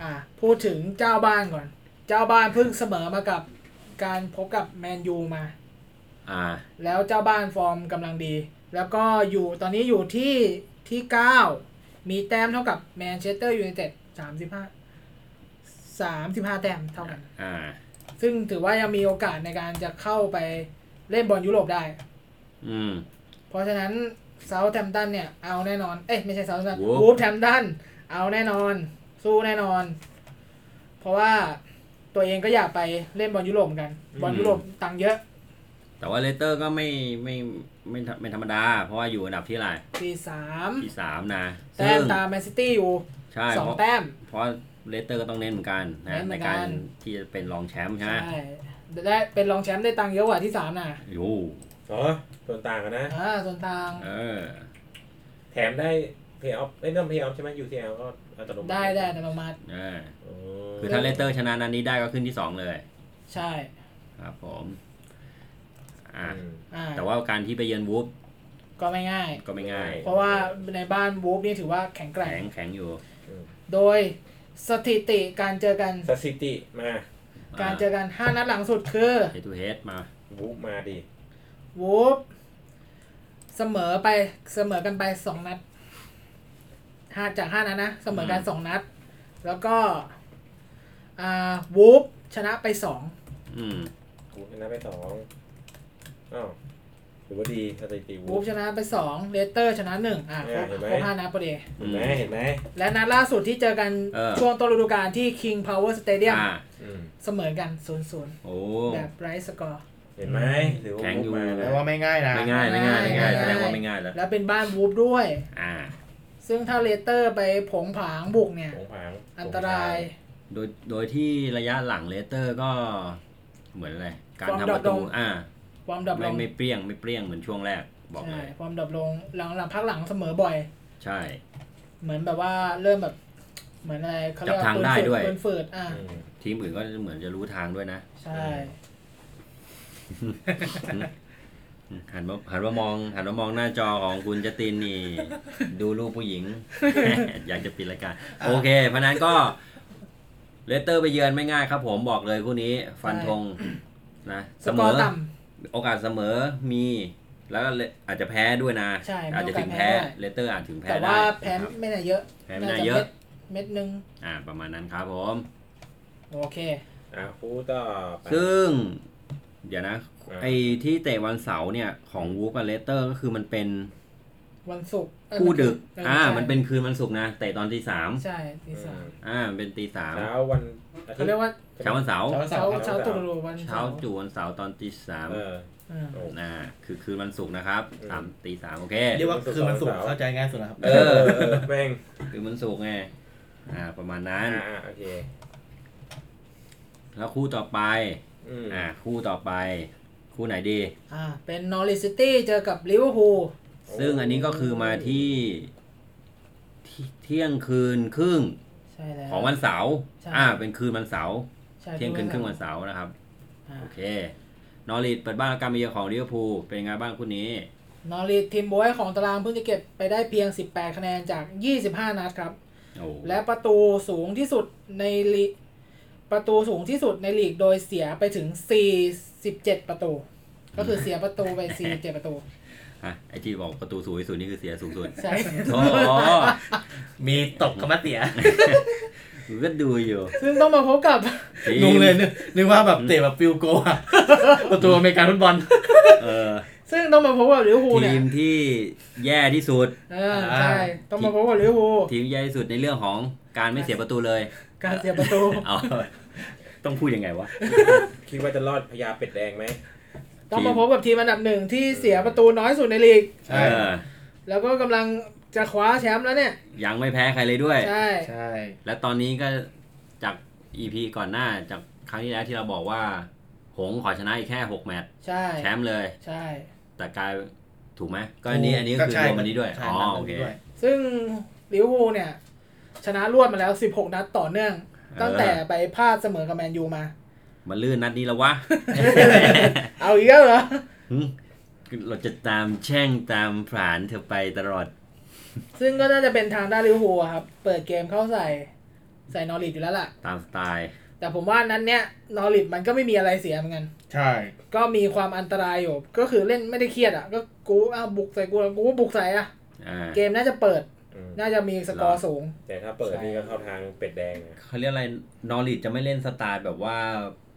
อ่ะพูดถึงเจ้าบ้านก่อน เจ้าบ้านเพิ่งเสมอมากับการพบกับแมนยูมา
อ่า
แล้วเจ้าบ้านฟอร์มกำลังดี แล้วก็อยู่ตอนนี้อยู่ที่ที่ 9 มีแต้มเท่ากับแมนเชสเตอร์ยูไนเต็ด35 35 แต้มเท่ากัน
อ่า
ซึ่งถือว่ายังมีโอกาสในการจะเข้าไปเล่นบอลยุโรปได้
อืม
เพราะฉะนั้นเซาแ h ม m ตันเนี่ย เอาแน่นอน เอ้ยไม่ใช่เซาแ h ม m ตัน
Wolf
วูฟแ m ม t ันเอาแน่นอน สู้แน่นอน เพราะว่าตัวเองก็อยากไปเล่นบอลยุโรปเหมือนกัน บอลยุโรปตังค์เยอะ
แต่ว่าเลสเตอร์ก็ไม่ไม่ไม่ไม่ไม่ธรรมดา เพราะว่าอยู่อันดับที่อะไร
ทีสาม
ที่สามนะ
แต้
ซึ่
ม
ง
ตามแมนซิตี้อยู่
ใช่
สอ
เพราะ
งแต้ม
เพราะเลสเตอร์ก็ต้องเน้นเหมือนกัน
เน้
นะ
นเหมื
ใน
อนกั
กาน รที่จะเป็นรองแชมป์ใช่ไหม
ใช่ได้เป็นรองแชมป์ได้ตังค์เยอะกว่าที่สามน่ะ
โอ้
อ๋อส่วนต่างกันนะ
อ่าส่วนทาง
เออ
แถมได้เพย์ออฟไม่ต้องเพย์ออฟใช่ไหม UCL ก็อัตโนมัติ
ได้ได้อัตโนมัติ
เออ
โอ้
คือถ้าเลสเตอร์ชนะนัดนี้ได้ก็ขึ้นที่สองเลย
ใช่
ครับผม อ่า
อืม
อ่า
แต่ว่าการที่ไปเยือนวูฟ
ก็ไม่ง่าย
ก็ไม่ง่าย
เพราะว่าในบ้านวูฟนี่ถือว่าแข็งแกร่ง
แข็งแข็งอยู่
โดยสถิติการเจอกัน
สถิติมา
การเจอกัน 5 นัดหลังสุดคือ
เฮทูเฮดมา
บุกมาดิ
วูฟเสมอไปเสมอกันไป 2 นัดห้าจาก 5 นัดนะ เสมอกัน
อืม
2 นัด แล้วก็อ่าวูฟชนะไป
อืม
บุกชนะไปสองอ้าว ถือว่าดีสถิติวู
วู
ฟ
ฟชนะไปสองเลสเตอร์ชนะหนึ่งอ่ะครบ
เห็นไหม
ครบห้านัดพอดี
เห็นไหมเห็นไหม
และนัดล่าสุดที่เจอกัน
เออ
ช่วงต้นฤดูกาลที่ King Power Stadium
อ่า
อืม
เสมอกัน0ูนย์ศูนย์
โอ้
แบบไร้สกอร์
เห็นไหมถือว่า
แข็ง
วูฟ
อยู่
มา
แปล
นะ
ว่าไม่ง่ายนะ
ไม่ง่ายไม่ง่ายไม่ง่าย
ไม่ง่าย
แสดงว่าไม่ง่ายแล้ว
แล้วเป็นบ้านวูฟด้วย
อ่า
ซึ่งถ้าเลสเตอร์ไปผงผางบุกเนี่ย
ผงผาง
อันตราย
โดยโดยที่ระยะหลังเลสเตอร์ก็เหมือนอะไรการทำประตูอ่า
ฟอร์มดับล
ไม่
ง
ไม่เปรี้ยงไม่เปรี้ยงเหมือนช่วงแรกบอกเล
ใช่
ย
ฟอร์มดับลงหลังหลังพักหลังเสมอบ่อย
ใช่
เหมือนแบบว่าเริ่มแบบเหมือนอะไรเขาเรียก
จับทางได้ด้วย
เปืนฝืดอ่ะ
อืม
ทีมอื่นก็เหมือนจะรู้ทางด้วยนะ
ใช่
หันมาหันมามอง หันมามองหน้าจอของคุณจตินนี่ ดูรูปผู้หญิง อยากจะปิดรายการโอเคเพราะฉะนั้นก็เลสเตอร์ไปเยือนไม่ง่ายครับผมบอกเลยคู่นี้ ฟันธงนะ
ส
เสม
กอ
อ
ร์ต่
โอกาสเสมอมีแล้วก็เลอาจจะแพ้ด้วยนะ
ใช่มี
อาจจะถึง
โอกาสแพ้
แพ้
ได้
เลสเตอร์อาจถึง
ำ
แพ้
แต่
ได้
ว่าแพ้
ครับ
ไม่น่าเยอะ
แพ้ไม่น่าเยอะ
จเม็ดเม็ดหนึง
อ่าประมาณนั้นครับผม
โอเค
อ่ะคู่ต่อไป
ซึ่ง เดี๋ยวนะ
อ่า
ไอ้ที่เตะวันเสาร์เนี่ยของวูฟกับเลสเตอร์ก็คือมันเป็น
วันศุกร์เอ้ย
คู่ดึกอ่า
เใช่
มันเป็นคืนวันศุกร์นะ เตะตอนตีสาม
ใช่ตีสาม
อ่ามันเป็นตีสาม
เช้าวันอทิตย์
เขาเรียกว่า
เช้าวันเสาร์
เช้าวันเสา
เช้า
ร์ครับ
เช้าตรู่วัน
เช้าจู่วันเสาร์ตอนตีสาม
เออ
อ่า
อ่า คือคืนวันศุกร์นะครับสามตีสามโอเค
เรียกว่าคือมันสุกร์เข้าใจง่ายสุดนะครับ
เออเออแม่ง
คืนวันศุกร์ไง อ่า ประมาณนั้น
อ่าโอเค
แล้วคู่ต่อไป
อืม
อ่า คู่ต่อไป คู่ไหนดี
อ่า เป็นนอริซิตี้เจอกับลิเวอร์พูล
ซึ่งอันนี้ก็คือมาที่ที่เที่ยงคืนครึ่ง
ใช่แล้ว
ของวันเสาร์
ใช่
อ่า เป็นคืนวันเสาร์
ใช่
เที่ยงคืนครึ่งวัน
เสาร์
เสาร์นะครับ
อ่า
โอเค นอริดเปิดบ้านรับการมาเยือนของลิเวอร์พูล เป็นไงบ้างคู่นี้
นอริทีมบวยของตารางเพิ่งจะเก็บไปได้เพียง 18 คะแนนจาก 25 นัดครับ
โอ้
และประตูสูงที่สุดในลีกประตูสูงที่สุดในลีกโดยเสียไปถึง 47 ประตู ก็คือเสียประตูไป 47 ประตู
ฮะไอที่บอกประตูสูงที่สุดนี่คือเสียสูงสุด
ใช่
โอ้
มีตกกรรมะเตีย
หนูก็ดูอยู่
ซึ่งต้องมาพบกับ
ทีม
งงเลยนึกนึกว่าแบบเตะแบบฟิลโกอะประตูอเมริกันฟุตบอล
เออ
ซึ่งต้องมาพบกับลิเวอร์พูลเนี่
ที
ย
มที่แย่ที่สุด
เออใช่ ต้องมาพบกับลิเวอร์พูล
ทีมแย่ที่สุดในเรื่องของการไม่เสียประตูเลย
การเสียประตู
เอาต้องพูดยังไงวะ
คิดว่าจะรอดพญาเป็ดแดงไหม
ต้องมา
ทีม
พบกับทีมอันดับหนึ่งที่เสียประตูน้อยสุดในลีก
ใช่
เออ
แล้วก็กำลังจะคว้าแชมป์แล้วเนี่ย
ยังไม่แพ้ใครเลยด้วย
ใช่
ใช่
และตอนนี้ก็จากอีพีก่อนหน้าจากครั้งที่แล้วที่เราบอกว่า หงส์ขอชนะอีกแค่หกแมตช์
ใช่
แชมป์เลย
ใช่
แต่กลายถูกไหมก็อันนี้อันนี้ก็คือ
ใช่
รวมอันนี้ด้วย
ใช่
อ๋อ
รวม
โอน เค
นี้ด้วย
ซึ่งลิเวอร์พูลเนี่ย ชนะรวดมาแล้ว 16 นัดต่อเนื่อง
ออ
ตั้งแต่ไปพลาดเสมอกับแมนยูมา
มันลื่นนัดนี้แล้ววะ
เอาอีกแล้วเหรอ
หึเราจะตามแช่งตามผลานเธอไปตลอด
ซึ่งก็น่าจะเป็นทางด้านลิเวอร์พูลอะครับ เปิดเกมเข้าใส่ ใส่นอริดอยู่แล้วล่ะ
ตามสไตล์
แต่ผมว่านั้นเนี่ยนอริดมันก็ไม่มีอะไรเสียเหมือนกัน
ใช่
ก็มีความอันตรายอยู่ ก็คือเล่นไม่ได้เครียดอ่ะ ก็กูอ้าวบุกใส่กูแล้วกูก็บุกใส่อ่ะ
อ่า
เกมน่าจะเปิด
อืม
น่าจะมีสกอร์สูง
แต่ถ้าเปิดนี่ก็เข้าทางเป็ดแดงนะ
เขาเรียกอะไรนอริดจะไม่เล่นสไตล์แบบว่า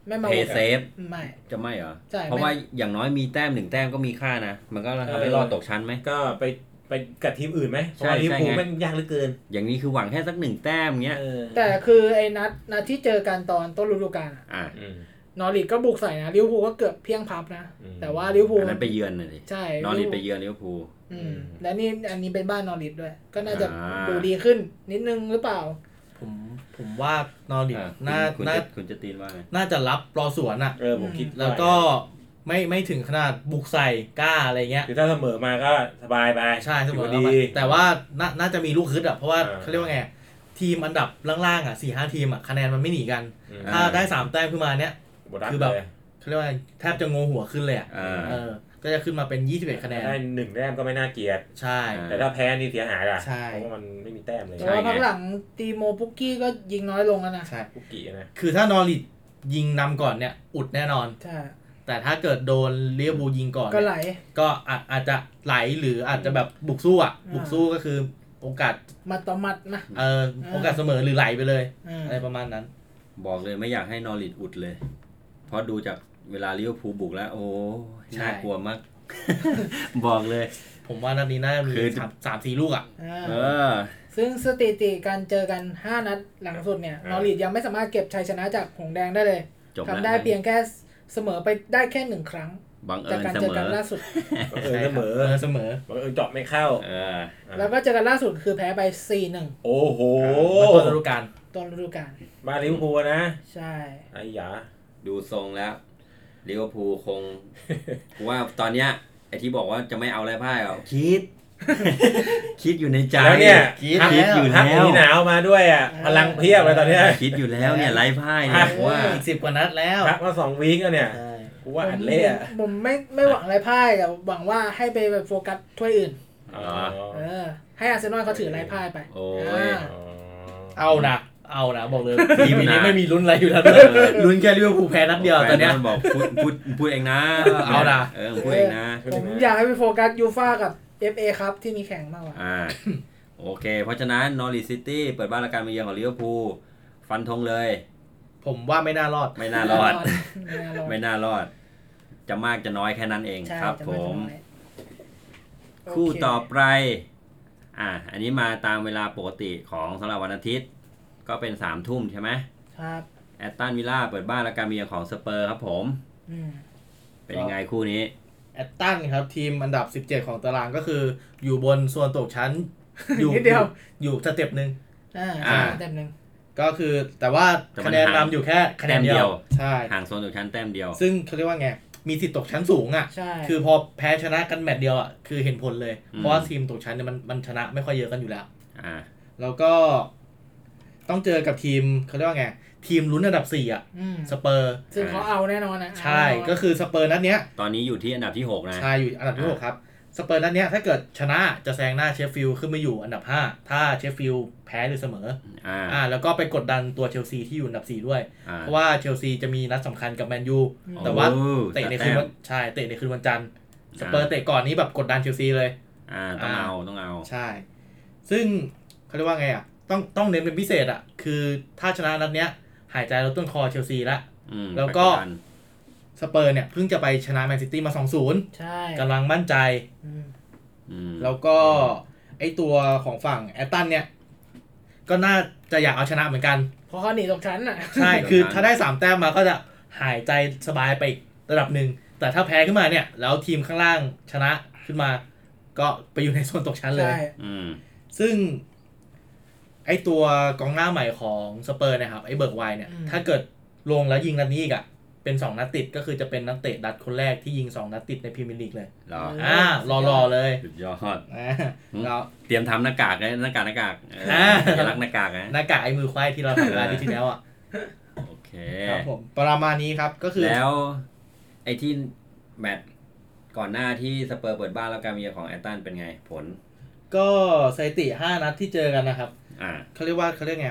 ไม่มา
เพย์เซฟ
ไม่
จะไม่เหรอ
ใช่
เพราะว่าอย่างน้อยมีแต้มหนึ่งแต้มก็มีค่านะ มันก็ทำให้รอดตกชั้นไหม
ก็ไปไปกับทีมอื่นไหมเพ
ใช่
ราะว่าลิเวอร์พูล
ใช่ไง
มันยากเหลือเกิน
อย่างนี้คือหวังแค่สักหนึ่งแต้มเงี้ย
เออ
แต่คือไอ้นัดนัดที่เจอกันตอนต้นฤดูกาลอะ
อ่ะ
อืม
นอริดก็บุกใส่นะลิเวอร์พูลก็เกือบเพียงพับนะ
อืม
แต่ว่าลิเวอร์พูล
อันนั้นไปเยือนเลย
ใช่
นอริดไป
ลิเวอร์พู
เยือน
ล
ลิเวอร์พูล
อืมและนี่อันนี้เป็นบ้านนอริดด้วย ก็น่าจะ
อ่า
ดูดีขึ้นนิดนึงหรือเปล่า
ผมผมว่านอริด
อ่ะ
น่า
คุณ
น่า
จะคุณจะตีนว่าไง
น่าจะรับรอสวนอ่ะ
เออผมคิด
แล้วก็ไม่ไม่ถึงขนาดบุกใส่กล้าอะไรเงี้ย
คือถ้าเสมอมาก็สบายไป
ใช่เสมอ
ถืว่า
แล้วอะ
ดี
แต่ว่าน่าน่าจะมีลูกฮึดอ่ะ เพราะว่า
อ่า
เขาเรียกว่าไง ทีมอันดับล่างๆอ่ะสี่ห้าทีมอ่ะคะแนนมันไม่หนีกัน
อืม
ถ้าได้สามแต้มขึ้นมาเนี้ย คื
คือ อ
แบ
แบบ บ
เขาเรียกว่าแทบจะงงหัวขึ้นเลยอ่ะ
อ่า
เออ ก็จะขึ้นมาเป็น 21 คะแนน
ได้หนึ่งแต้มก็ไม่น่าเกลียด
ใช่
อ่า
แต่ถ้าแพ้นี่เสียหายอ่ะ
ใช่
เพราะว่ามันไม่มีแต้มเลย
แต่
ใช่
ว่า
ไง
พักหลังตีโมปุกกี้ก็ยิงน้อยลงแล้วนะ
ใช่
กุกกี้นะ
คือถ้านอริดยิงนำก่อนเนี่ย อุดแน่นอน
ใช่
แต่ถ้าเกิดโดนเลียบูลยิงก่อน
ก็
เนี่ย
ไหล
ก็อาจอาจจะไหลหรืออาจจะแบบบุกสู้อ่ะ
อ่า
บุกสู้ก็คือโอกาส
หมัดต่อหมัดนะ
เออโอกาสเสมอหรือไหลไปเลย
อ่า
อะไรประมาณนั้น
บอกเลยไม่อยากให้นอริดอุดเลย เพราะดูจากเวลาลิเวอร์พูลบุกแล้ว โอ้ย
ใช่
น่ากลัวมาก บอกเลย
ผมว่านัดนี้น่าจะมี
คือ
สามสามสี่ลูกอ่ะ
อ่า
เออ
ซึ่งสถิติการเจอกัน 5 นัดหลังสุดเนี่ย
อ่า
อ
น
ริดยังไม่สามารถเก็บชัยชนะจากหงแดงได้เลย
จบ
ทำ
แล้ว
ได้เพียงแค่เสมอไปได้แค่หนึ่งครั้ง
บังเอิ
จาก
ญ
การ
เส
เจอ
ม
กั
อน
ล่าสุด
บังเอิญเสมอ
เออเสมอ
บังเอิญเจาะไม่เข้า
เออ
แล้วก็เจอกันล่าสุดคือแพ้ไป 4-1
โอ้โห
มาต้นฤดูกาล
ต้นฤดูกาล
มาลิเวอร์พูลนะ
ใช่
ไอ้หยา
ดูทรงแล้วลิเวอร์พูลคง กูว่าตอนเนี้ยไอที่บอกว่าจะไม่เอาอะไรพ่ายอ่ะคิด คิดอยู่ในใจ
แล้วเนี่ย
คิดอยู่
ฮัก
แล้
ห
ว
นีหนาวมาด้วยอ่ะพลังเพียบเลยตอนเนี้ย
คิดอยู่แล้วเนี่ยไร้พ่ายเนี่ยกูว่า
อีกสิบกว่านัดแล้ว
พักมาสองวีคแล้วเนี่ย
ใช่
กูว่าอัดเละอะ
ผมผมไม่ไม่หวังอะไรพ่ายแต่หวังว่าให้ไปแบบโฟกัสถ้วยอื่น
อ๋
อ๋
อ
อ
เออ ให้อาร์เซนอลเขาถือไรพ่ายไป
โอ้ย
า
เอานะเอานะบอกเลย
ที
ที
ม
ม
นะ
นี้ไม่มีลุ้นอะไรอยู่แล้วลุ้นแค่ลิเวอร์พูลแพ้นัดเดียวตอนเนี้ย
แฟบอกพูดพูดพูดเองนะ
เออเอานะ
เออพูดเองนะ
ผมอยากให้ไปโฟกัสยูฟ่ากับ FA ครับที่มีแข่งมากกว่า
อ่า โอเค เพราะฉะนั้นนอริซิตี้เปิดบ้านและการมาเยือนของลิเวอร์พูลฟันธงเลย
ผมว่าไม่น่ารอด
ไม่น่ารอด
ไม่น่ารอด
ไม่น่ารอด จะมากจะน้อยแค่นั้นเอง
ใช่
ครับ
จะ
ผ
ไทำร้าย
ม
โเ
คู่ต่อไป อ่า อันนี้มาตามเวลาปกติของสำหรับวันอาทิตย์ ก็เป็นสามทุ่มใช่ไหม
ครับ
แอตตันวิลล่าเปิดบ้านและการมาเยือนของสเปอร์ครับผม
อืม
เป็นยังไงคู่นี้
แอตตันครับ ทีมอันดับ 17 ของตารางก็คือ อยู่บนส่วนตกชั้น อยู่
นิดเดียว
อยู่สเต็ปหนึ่ง
อ่า
อ่า
เต็มหนึ่ง
ก็คือแต่ว่า
แต่มัน
คะแนนนำอยู่แค่คะแนน
แต้มเดี
เดี
ย
ยว ว ใช่
ห่างโซนตกชั้นแต้มเดียว
ซึ่งเขาเรียกว่าไง มีสิทธิ์ตกชั้นสูงอ่ะ
ใช่
คือพอแพ้ชนะกันแมตช์เดียวอ่ะ คือเห็นผลเลย
อืม
เพราะว่าทีมตกชั้นเนี่ยมันมันชนะไม่ค่อยเยอะกันอยู่แล้ว
อ่า
แล้วก็ต้องเจอกับทีมเขาเรียกว่าไง ทีมลุ้นอันดับ 4 อ่ะ
ม
สเปอร์
ซึ่งเขาเอาแน่นอนนะ
ใช่ ก็
เอาแน่นอน
คือสเปอร์นัดเนี้ย
ตอนนี้อยู่ที่อันดับที่ 6 นะ
ใช่อยู่อันดับที่หกครับ สเปอร์นัดเนี้ยถ้าเกิดชนะจะแซงหน้าเชฟฟิลด์ขึ้นมาอยู่อันดับ 5 ถ้าเชฟฟิลด์แพ้หรือเสมอ
อ่า
อ่าแล้วก็ไปกดดันตัวเชลซีที่อยู่อันดับ 4 ด้วย
อ่า
เพราะว่าเชลซีจะมีนัดสำคัญกับแมนยูแต่ว่า
โอ้
เตะในคืนวั
แต้ม
นใช่เตะในคืนวันจันทร์
า
สเปอร์เตะก่อนนี้แบบกดดันเชลซีเลย
อ่า ต้องเอา ต้องเอา
ใช่ ซึ่งเขาเรียกว่าไงอ่ะต้องต้องเน้นเป็นพิเศษอ่ะคือถ้าชนะนัดเนี้ยหายใจเราต้นคอเชลซีละ
อืม
แล้วก็
ไปดดัน
สเปอร์เนี่ยเพิ่งจะไปชนะแมนซิตี้มา 2-0
ใช่
กำลังมั่นใจ
อืม
อืม
แล้วก็ไอตัวของฝั่งแอตตันเนี่ย ก็น่าจะอยากเอาชนะเหมือนกัน
เพราะเขาหนีตกชั้นอ่ะ
ใช่ คือถ้าได้ 3 แต้มมาก็จะหายใจสบายไปอีกระดับหนึ่ง แต่ถ้าแพ้ขึ้นมาเนี่ย แล้วทีมข้างล่างชนะขึ้นมา ก็ไปอยู่ใน โซนตกชั้นเลย
ใช่
อืม
ซึ่ง ไอตัวกองหน้าใหม่ของสเปอร์นะครับ ไอเบิร์กไวน์เนี่ย
อืม
ถ้าเกิดลงแล้วยิงนัดนี้อีกอะเป็น 2 นัดติดก็คือจะเป็นนักเตะดัตช์คนแรกที่ยิง 2 นัดติดในพรีเมียร์ลีกเลย
เหรอ
เ
อ่ารอๆเลย
สุดยอด
อ่า
อืม
แล้ว
เตรียมทำหน้ากากเลยหน้ากากหน้ากากเออ
อ่า
สัญลักษณ์หน้ากากนะ
หน้ากากไอ้มือควายที่เราถ่ายมาที่ที่แล้วอ่ะ
โอเค
ครับผมประมาณนี้ครับก็คือ
แล้วไอ้ที่แมตช์ก่อนหน้าที่สเปอร์เปิดบ้านแล้วการมาเยือนของแอตตันเป็นไงผล
ก็สถิติ 5 นัดที่เจอกันนะครับ
อ่า
เขาเรียกว่าเขาเรียกไง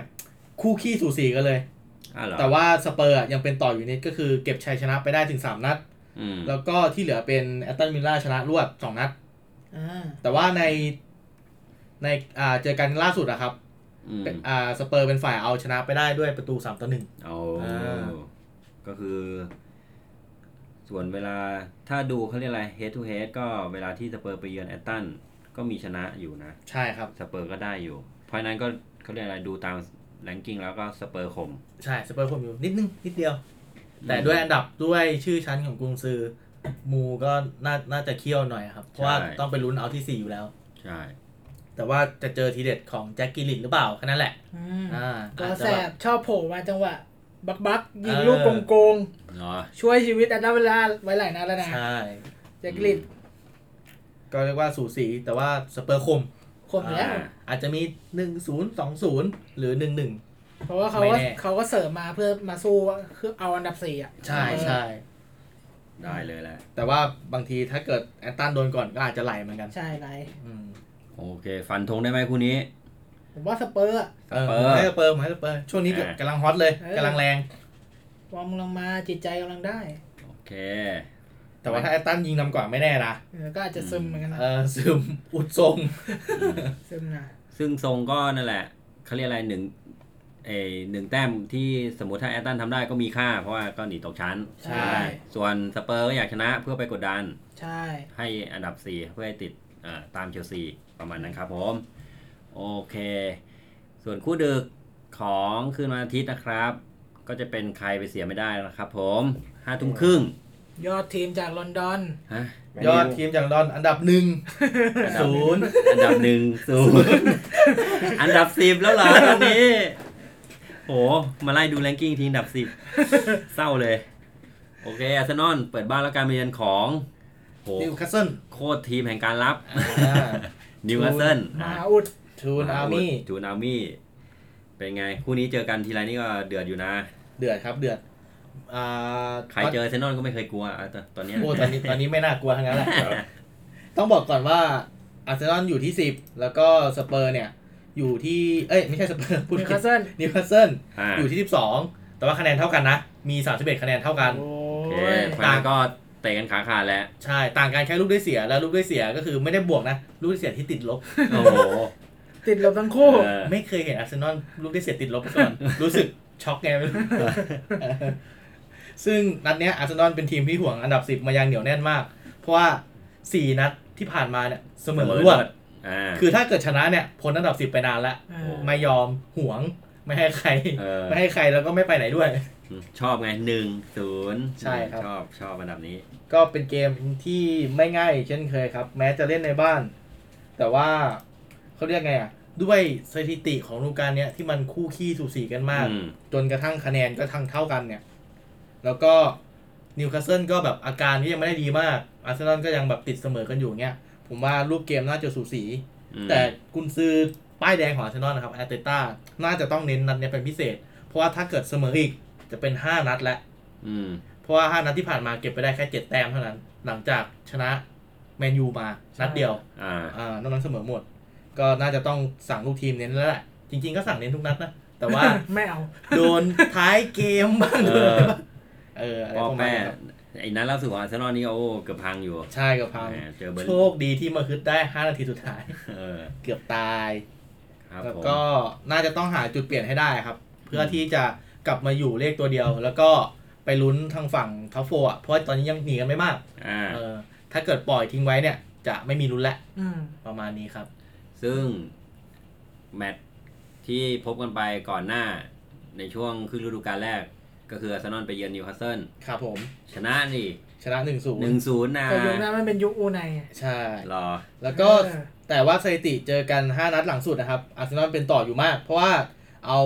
คู่ขี้สูสีกันเลย
อ้าวเหรอ
แต่ว่าสเปอร์อะยังเป็นต่ออยู่นิดก็คือเก็บชัยชนะไปได้ถึง 3 นัด
อืม
แล้วก็ที่เหลือเป็นแอตตันวิลล่าชนะรวด 2 นัด
อ่า
แต่ว่าในในอ่าเจอกันล่าสุดอะครับ
อืม
เป็นอ่าสเปอร์เป็นฝ่ายเอาชนะไปได้ด้วยประตู 3 ต่อ 1
เอา
อ่า
ก็คือ ส่วนเวลาถ้าดูเขาเรียกอะไร head to head ก็เวลาที่สเปอร์ไปเยือนแอตตันก็มีชนะอยู่นะ
ใช่ครับ
สเปอร์ก็ได้อยู่ เพราะฉะนั้นก็เขาเรียกอะไรดูตามแรงกิ้งแล้วก็สเปอร์ข่ม
ใช่สเปอร์ผมอยู่นิดนึง นิดเดียว แต่ด้วยอันดับด้วยชื่อชั้นของกรุงซือมูก็น่าน่าจะเคี่ยวหน่อยครับ เพราะว่า
ใช่
ต้องไปลุ้นเอาที่ 4 อยู่แล้ว
ใช่
แต่ว่าจะเจอทีเด็ดของแจ็คกิลลินหรือเปล่า แค่นั้นแหละ
อืม
อ่า
ก็
อาจจะ
แส
แบบ บ
ชอบโผล่มาจังหวะ บักบักยิง
เออ
ลูกโกง
เนาะ
ๆช่วยชีวิตอันดับเวลาไว้หลายนัดแล้วนะ
ใช่
แจ็คลิต
ก็เรียกว่าสูสี แต่ว่าสเปอร์คม
คมอยู่แล้ว
อ่า
อาจจะมี 1 0 2 0 หรือ 1 1
เพราะว่าเขา
ไม่
ก็
แน่
เขาก็เสริมมาเพื่อมาสู้คือเอาอันดับสี่อ่ะ
ใช่ใช่
ได้เลยแหละ
แต่ว่าบางทีถ้าเกิดแอนตันโดนก่อนก็อาจจะไหลเหมือนกัน
ใช่ไร
อืม
โอเค ฟันธงได้ไหมคู่นี้
ผมว่าสเปอร์อะ
เออ
สเปอร์
ผมให้สเปอร์ผมให้สเปอร์ ช่วงนี้
อ่าก
กำลังฮอตเลยกำลังแรง
ฟอร์มกำลังมาจิตใจกำลังได้
โอเค
แต่ว่าถ้าแอนตันยิงนำก่อนไม่แน่นะ
เออก็อาจจะซึมเหมือนกันนะ
เออซึมอุดทรง
ซึมนะ
ซึ่งทรงก็นั่นแหละเขาเรียกอะไรหนึ่ง เออหนึ่งแต้มที่สมมติถ้าแอตตันทำได้ก็มีค่า เพราะว่าก็หนีตกชั้น
ใช่
ได้ส่วนสเปอร์ก็อยากชนะเพื่อไปกดดัน
ใช่
ให้อันดับ 4 เพื่อให้ติดเอ่อตามเชลซีประมาณนั้นครับผม โอเค ส่วนคู่ดึกของคืนวันอาทิตย์นะครับ ก็จะเป็นใครไปเสียไม่ได้นะครับผมห้าทุ่มครึ่ง
ยอดทีมจากลอนดอน
ฮะ
ยอดทีมจากลอนดอนอันดับหนึ่งศูนย์
อันดับหนึ่งศูนย์อันดับสิบแล้วเหรอตอนนี้ โห มาไล่ดูแรงกิ้งทีมอันดับสิบเศร้าเลย โอเคอาร์เซนอลเปิดบ้านแล้วการมาเยือนของโห
นิวคาสเซิล
โคตรทีมแห่งการรับนิวคาสเซิล
มาอุด
ทูนอาร์มี่
จูนอาร์มี่ เป็นไง คู่นี้เจอกันทีไรนี่ก็เดือดอยู่นะ
เดือดครับเดือดอ่า
ใครเจออาร์เซนอลก็ไม่เคยกลัวอะตอนตอนเนี้ย
โอ้ตอนนี้ตอนนี้ไม่น่ากลัวทั้งนั้นแหละ ต้องบอกก่อนว่าอาร์เซนอลอยู่ที่ 10 แล้วก็สเปอร์เนี่ย อยู่ที่ เอ้ย ไม่ใช่สเปอร์พูด
นิว
ผิด
คาสเซิล
นิวคาสเซิล
อ่า
อยู่ที่ 12 แต่ว่าคะแนนเท่ากันนะ มี 31 คะแนนเท่ากัน
โอ้
โอเค
ย
แฟนก็เตะกันขาขาดแล้ว
ใช่ ต่างกันแค่ลูกได้เสียแล้วลูกได้เสียก็คือไม่ได้บวกนะ ลูกได้เสียที่ติดลบ
โอ้โห
ติดลบทั้งคู่
เออ
ไม่เคยเห็นอาร์เซนอลลูกได้เสียติดลบก่อน รู้สึกช็อกไง ไม่รู้ซึ่งนัดเนี้ยอาร์เซนอลเป็นทีมที่ห่วงอันดับ 10 มายังเหนียวแน่นมาก เพราะว่าสี่นัดที่ผ่านมาเนี่ยเสมอรวด
อ่า
คือถ้าเกิดชนะเนี่ยพ้นอันดับสิบไปนานแล้ว
อ่า
ไม่ยอมหวงไม่ให้ใคร
เออ
ไม่ให้ใครแล้วก็ไม่ไปไหนด้วย
ชอบไงหนึ่งศูนย์
ใช่ครับ
ชอบ ชอบอันดับนี้
ก็เป็นเกมที่ไม่ง่ายเช่นเคยครับ แม้จะเล่นในบ้าน แต่ว่าเขาเรียกไงอ่ะ ด้วยสถิติของฤดูกาลเนี้ยที่มันคู่ขี้สูสีกันมาก
อืม
จนกระทั่งคะแนนก็ทั้งเท่ากันเนี่ย แล้วก็นิวคาสเซิลก็แบบอาการก็ยังไม่ได้ดีมากอาร์เซนอลก็ยังแบบติดเสมอกันอยู่เงี้ยผมว่ารูปเกมน่าจะสูสี
อืม
แต่กุนซือป้ายแดงของอาร์เซนอลนะครับอาร์เตต้าน่าจะต้องเน้นนัดเนี้ยเป็นพิเศษ เพราะว่าถ้าเกิดเสมออีกจะเป็น 5 นัดแล้ว
อืม
เพราะว่า 5 นัดที่ผ่านมาเก็บไปได้แค่ 7 แต้มเท่านั้น หลังจากชนะแมนยูมานัดเดียว
อ่า
อ่านอกนั้นเสมอหมด ก็น่าจะต้องสั่งลูกทีมเน้นแล้วแหละ จริงๆก็สั่งเน้นทุกนัดนะ แต่ ว่า
ไม่เอา
โดนท้ายเกมบ้าง
เอ
เล
อ
ยเอออะไร
พ่อ
ประมาณ
แม่
นี้นครับ
ไอ้นั้นล่าสุดของอาร์เซนอลนี่ก็โอ้เกือบพังอยู่
ใช่กับพัง
แหมเจอเบิร์น
โชคดีที่มาคึดได้ 5 นาทีสุดท้าย
เออ
เกือบตาย
ครับ
แล้ว
ผม
ก็น่าจะต้องหาจุดเปลี่ยนให้ได้ครับ เพื่อที่จะกลับมาอยู่เลขตัวเดียว แล้วก็ไปลุ้นทางฝั่งท็อปโฟร์อ่ะเพราะว่าตอนนี้ยังหนีกันไม่มาก
อ่า
เออถ้าเกิดปล่อยทิ้งไว้เนี่ย จะไม่มีลุ้นและ
อืม
ประมาณนี้ครับ
ซึ่ง แมตช์ที่พบกันไปก่อนหน้าในช่วงครึ่งฤดูกาลแรก ก็คืออาร์เซนอลไปเยือนนิวคาสเซิล
ครับผม
ชนะนี่
ชนะ1นึ่งศูน
หนึ่ง
ย์
ศูนย์นะ
แต่ยุคนั้นมันเป็นยุคอูไนอะ
ใช่
รอ
แล้วก็
เออ
แต่ว่าสถิติเจอกัน 5 นัดหลังสุดนะครับอาร์เซนอลเป็นต่ออยู่มาก เพราะว่าเอา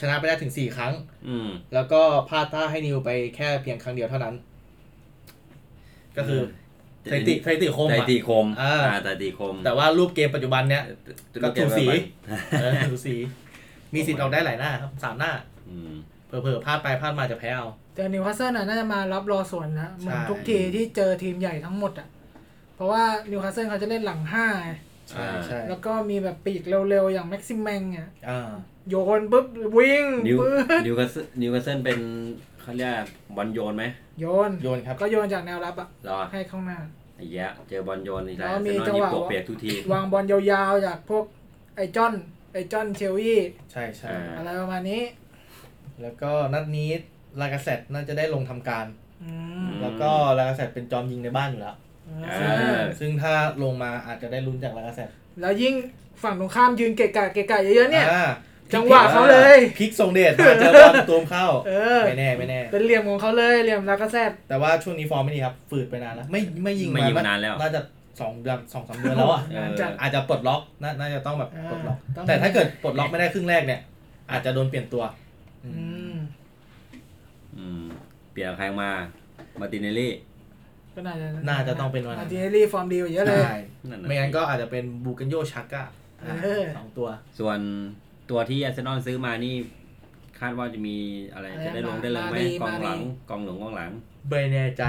ชนะไปได้ถึง 4 ครั้ง
อืม
แล้วก็พลาดท่าให้นิวไปแค่เพียงครั้งเดียวเท่านั้น ก็คือสถิติสถิติคม
ไตร
อะ
ตีคม
อ่า
ไตรตีคม
แต่ว่ารูปเกมปัจจุบันเนี่ย ก็ถูกสี เออ ดูสี มีสิทธิ์ออกได้หลายหน้าครับสามหน้า
อืม
เผลอๆพลาดไปพลาดมาจะแพ้เอา
แต่นิวคาสเซิลน่ะน่าจะมารับรอส่วนนะเหมือน
ใช่
ทุกทีที่เจอทีมใหญ่ทั้งหมดอ่ะ เพราะว่านิวคาสเซิลเขาจะเล่นหลังห้าไง
ใช่ใช่
แล้วก็มีแบบปีกเร็วๆ อย่างแม็กซิมแมงเนี่ย
อ่า
โยนปุ๊บ วิ่ง
นิว
ปื๊ด
นิวคาสเซิลนิวคาสเซิลเป็นเขาเรียกบอลโยนไหม
โยน
โยนครับ
ก็โยนจากแนวรับอ่ะ
รอ
ให้เข้างหน้า
ไอ้แยะเจอบอลโยนนี่แหละ
แล้วมี
เซนอ
จั
น
ง
ยิบ
หวะ
ปวกเปียกทุกที
วางบอลยาวๆ จากพวกไอ้จอน ไอ้จอนเชลวี่
ใช่ใช่
อ่า
อะไรประมาณนี้
แล้วก็นัดนี้ลากาเซตน่าจะได้ลงทำการ
อืม
ม
แล้วก็ลากาเซตเป็นจอมยิงในบ้านอยู่แล้ว
เอ
เออ
อ
ซึ่งถ้าลงมาอาจจะได้ลุ้นจากลากาเซต
แล้วยิ่งฝั่งตรงข้ามยืนเกะกะเกะกะเยอะๆเนี่ย
อ่า
จังหวะเขาเลย
พลิกส่งเดชมาเจอบอลตูมเข้า
เออ
ไม่แน่ไม่แน่
เป็นเหลี่ยมของเขาเลยเหลี่ยมลากาเซต
แต่ว่าช่วงนี้ฟอร์มไม่ดีครับ ฝืดไปนานแล้ว ไม่ไม่ยิง
ไม่ยิงมานานแล้ว
น่าจะสองเดือนสองสามเดือนแล้วอ่ะ
เออ
นานจัด
อาจจะปลดล็อกนาน่าจะต้องแบบ
อ่า
ปลดล็อก
ต้อง
แต่ถ้าเกิดปลดล็อกไม่ได้ครึ่งแรกเนี่ย อาจจะโดนเปลี่ยนตัว
อืม
อืม เปลี่ยนใครมามาตินเนลลี่
ก็น่าจะ
น่าจะต้องเป็นวันนั้น
อาร์ติเนลลี่ฟอร์มดีกว่าเยอะเลย
ใช่
นั่นน่ะ
ไม่งั้นก็อาจจะเป็นบูกันโยชักก้า
เออ
สองตัว
ส่วนตัวที่อาร์เซนอลซื้อมานี่ คาดว่าจะมีอะไร
อะไร
จะได้ลง
มา
ได้เลยไหม
มา
กองห
ดี
ลัง
มาดี
กองหลงกองหลัง
เบรเนใจ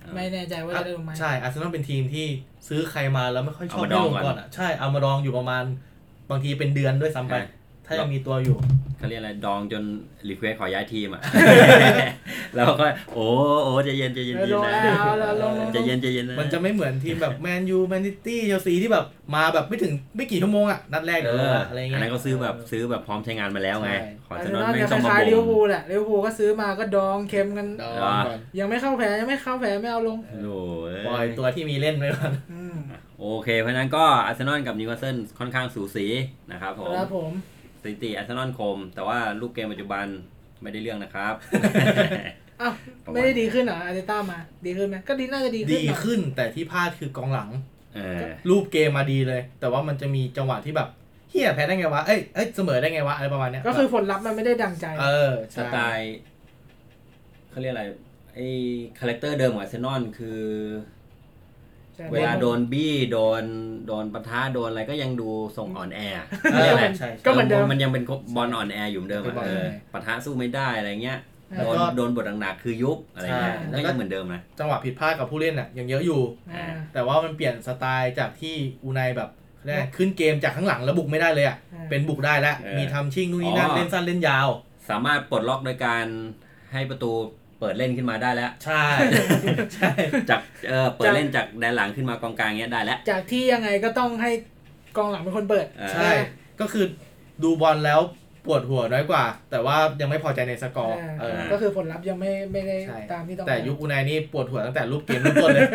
เออ
ไม่แน่ใจว่าจะได้ลงไหม
ใช่อาร์เซนอลเป็นทีมที่ซื้อใครมาแล้วไม่ค่อยชอบ
เอามาดอง
ให้
ก่
ลก่
อ
อน นอ่ะ ใช่เอามาดองอยู่ประมาณ บางทีเป็นเดือนด้วยซ้ำไป
ใช่
ถ้ายังมีตัวอยู่
เขาเรียกอะไรดองจนรีเควสขอย้ายทีม อ่ะ แล้วก็โอ้โอ้ใจะเย็นใจะเย็น
เออลง
นะ
แล้วเอาแล้วลงลงลง
ใจะเย็นใจะเย็นนะ
มันจะไม่เหมือนทีมแบบแม นยูแมนซิตี้เชลซีที่แบบมาแบบไม่ถึงไม่กี่ชั่วโมงอ่ะนัดแรก
เอ
เดี๋ยวลง
อ
ละ
อะ
อะไร ไร
เงี้ย
เงี้
อัน
ย
นั้นก็ซื้อแบบซื้อแบบพร้อมใช้งานมาแล้วไง
ใช่
ขอ
อา
เซ
ร์
น
เซ
อนล
อล
ไม่
จะ
ต้อง
ค
มา
ล้ายๆลิเวอร์พู
บ่ง
ลแหละลิเวอร์พูลก็ซื้อมาก็ดองเค็มกัน
ดองก่อน
ยังไม่เข้าแผลยังไม่เข้าแผลไม่เอาลง
โอ้ย
ปล่อยตัวที่มีเล่นไว้ก่อน
อืม
โอเค เพราะฉะนั้นก็อาร์เซนอลกับนิวคาสเซิลค่อนข้างสูสีนะครับผม
ครับผม
สถิติอาร์เซนอลคม แต่ว่าลูกเกมปัจจุบันไม่ได้เรื่องนะครับ
อ้าวไม่ได้ดีขึ้นเหรออาร์เตต้ามา ดีขึ้นไหมก็ดีน่าจะดีขึ้น
ดี
หน่อย
ขึ้นแต่ที่พลาดคือกองหลัง
เออ
รูปเกมมาดีเลย แต่ว่ามันจะมีจังหวะที่แบบเฮียแพ้ได้ไงวะเอ้ยเอ้ยเสมอได้ไงวะอะไรประมาณเนี้ย
ก็คือผลลัพธ์มันไม่ได้ดังใจ
เออ
ส
ใช่
ไตล์เขาเรียกอะไรไอ้คาแรคเตอร์เดิมของอาร์เซนอลคือ เวลาโดนบี้โดนโดนปะทะโดนอะไรก็ยังดูส่งอ่อนแอ
เอ
เขาเรีย
อก
อะไร
ใช่
ก็เหมือนเดิม
มันยังเป็นบอลอ่อนแออยู่เหมือนเดิม
เป็นบ
อะ
อล
เออ
แอร์
ปะทะสู้ไม่ได้อะไรเงี้ย
แล้
โด
วน ก็
โดนบทหนักๆคือยุบอะไรเงี้ย
ใช่แล้
ก็
วก็
ยังเหมือนเดิมนะ
จังหวะผิดพลาดกับผู้เล่นน่ะยังเยอะอยู่
อ่า
แต่ว่ามันเปลี่ยนสไตล์จากที่อูไนแบบเขาเรียกขึ้นเกมจากข้างหลังแล้วบุกไม่ได้เลยอ่ะ
อ่า
เป็นบุกได้แล้ว
เออ
มีทำชิ่งนู่นนี่นั่น
อ๋อ
เล่นสั้นเล่นยาว
สามารถปลดล็อกโดยการให้ประตูเปิดเล่นขึ้นมาได้แล้ว
ใช่ ใช่
จากเออเปิดเล่นจากแดนหลังขึ้นมากองกลางเงี้ยได้แล้ว
จากที่ยังไงก็ต้องให้กองหลังเป็นคนเปิด
เออ
ใช่ก็คือดูบอลแล้วปวดหัวน้อยกว่า แต่ว่ายังไม่พอใจในสกอร์
อ่า
เออ
ก็คือผลลัพธ์ยังไม่ไม่ได้
ใช่
ตามที่ต้อง
แต่
การ
ยุคอูไนนี่ปวดหัวตั้งแต่รูปเกมเริ่มต้ นเลย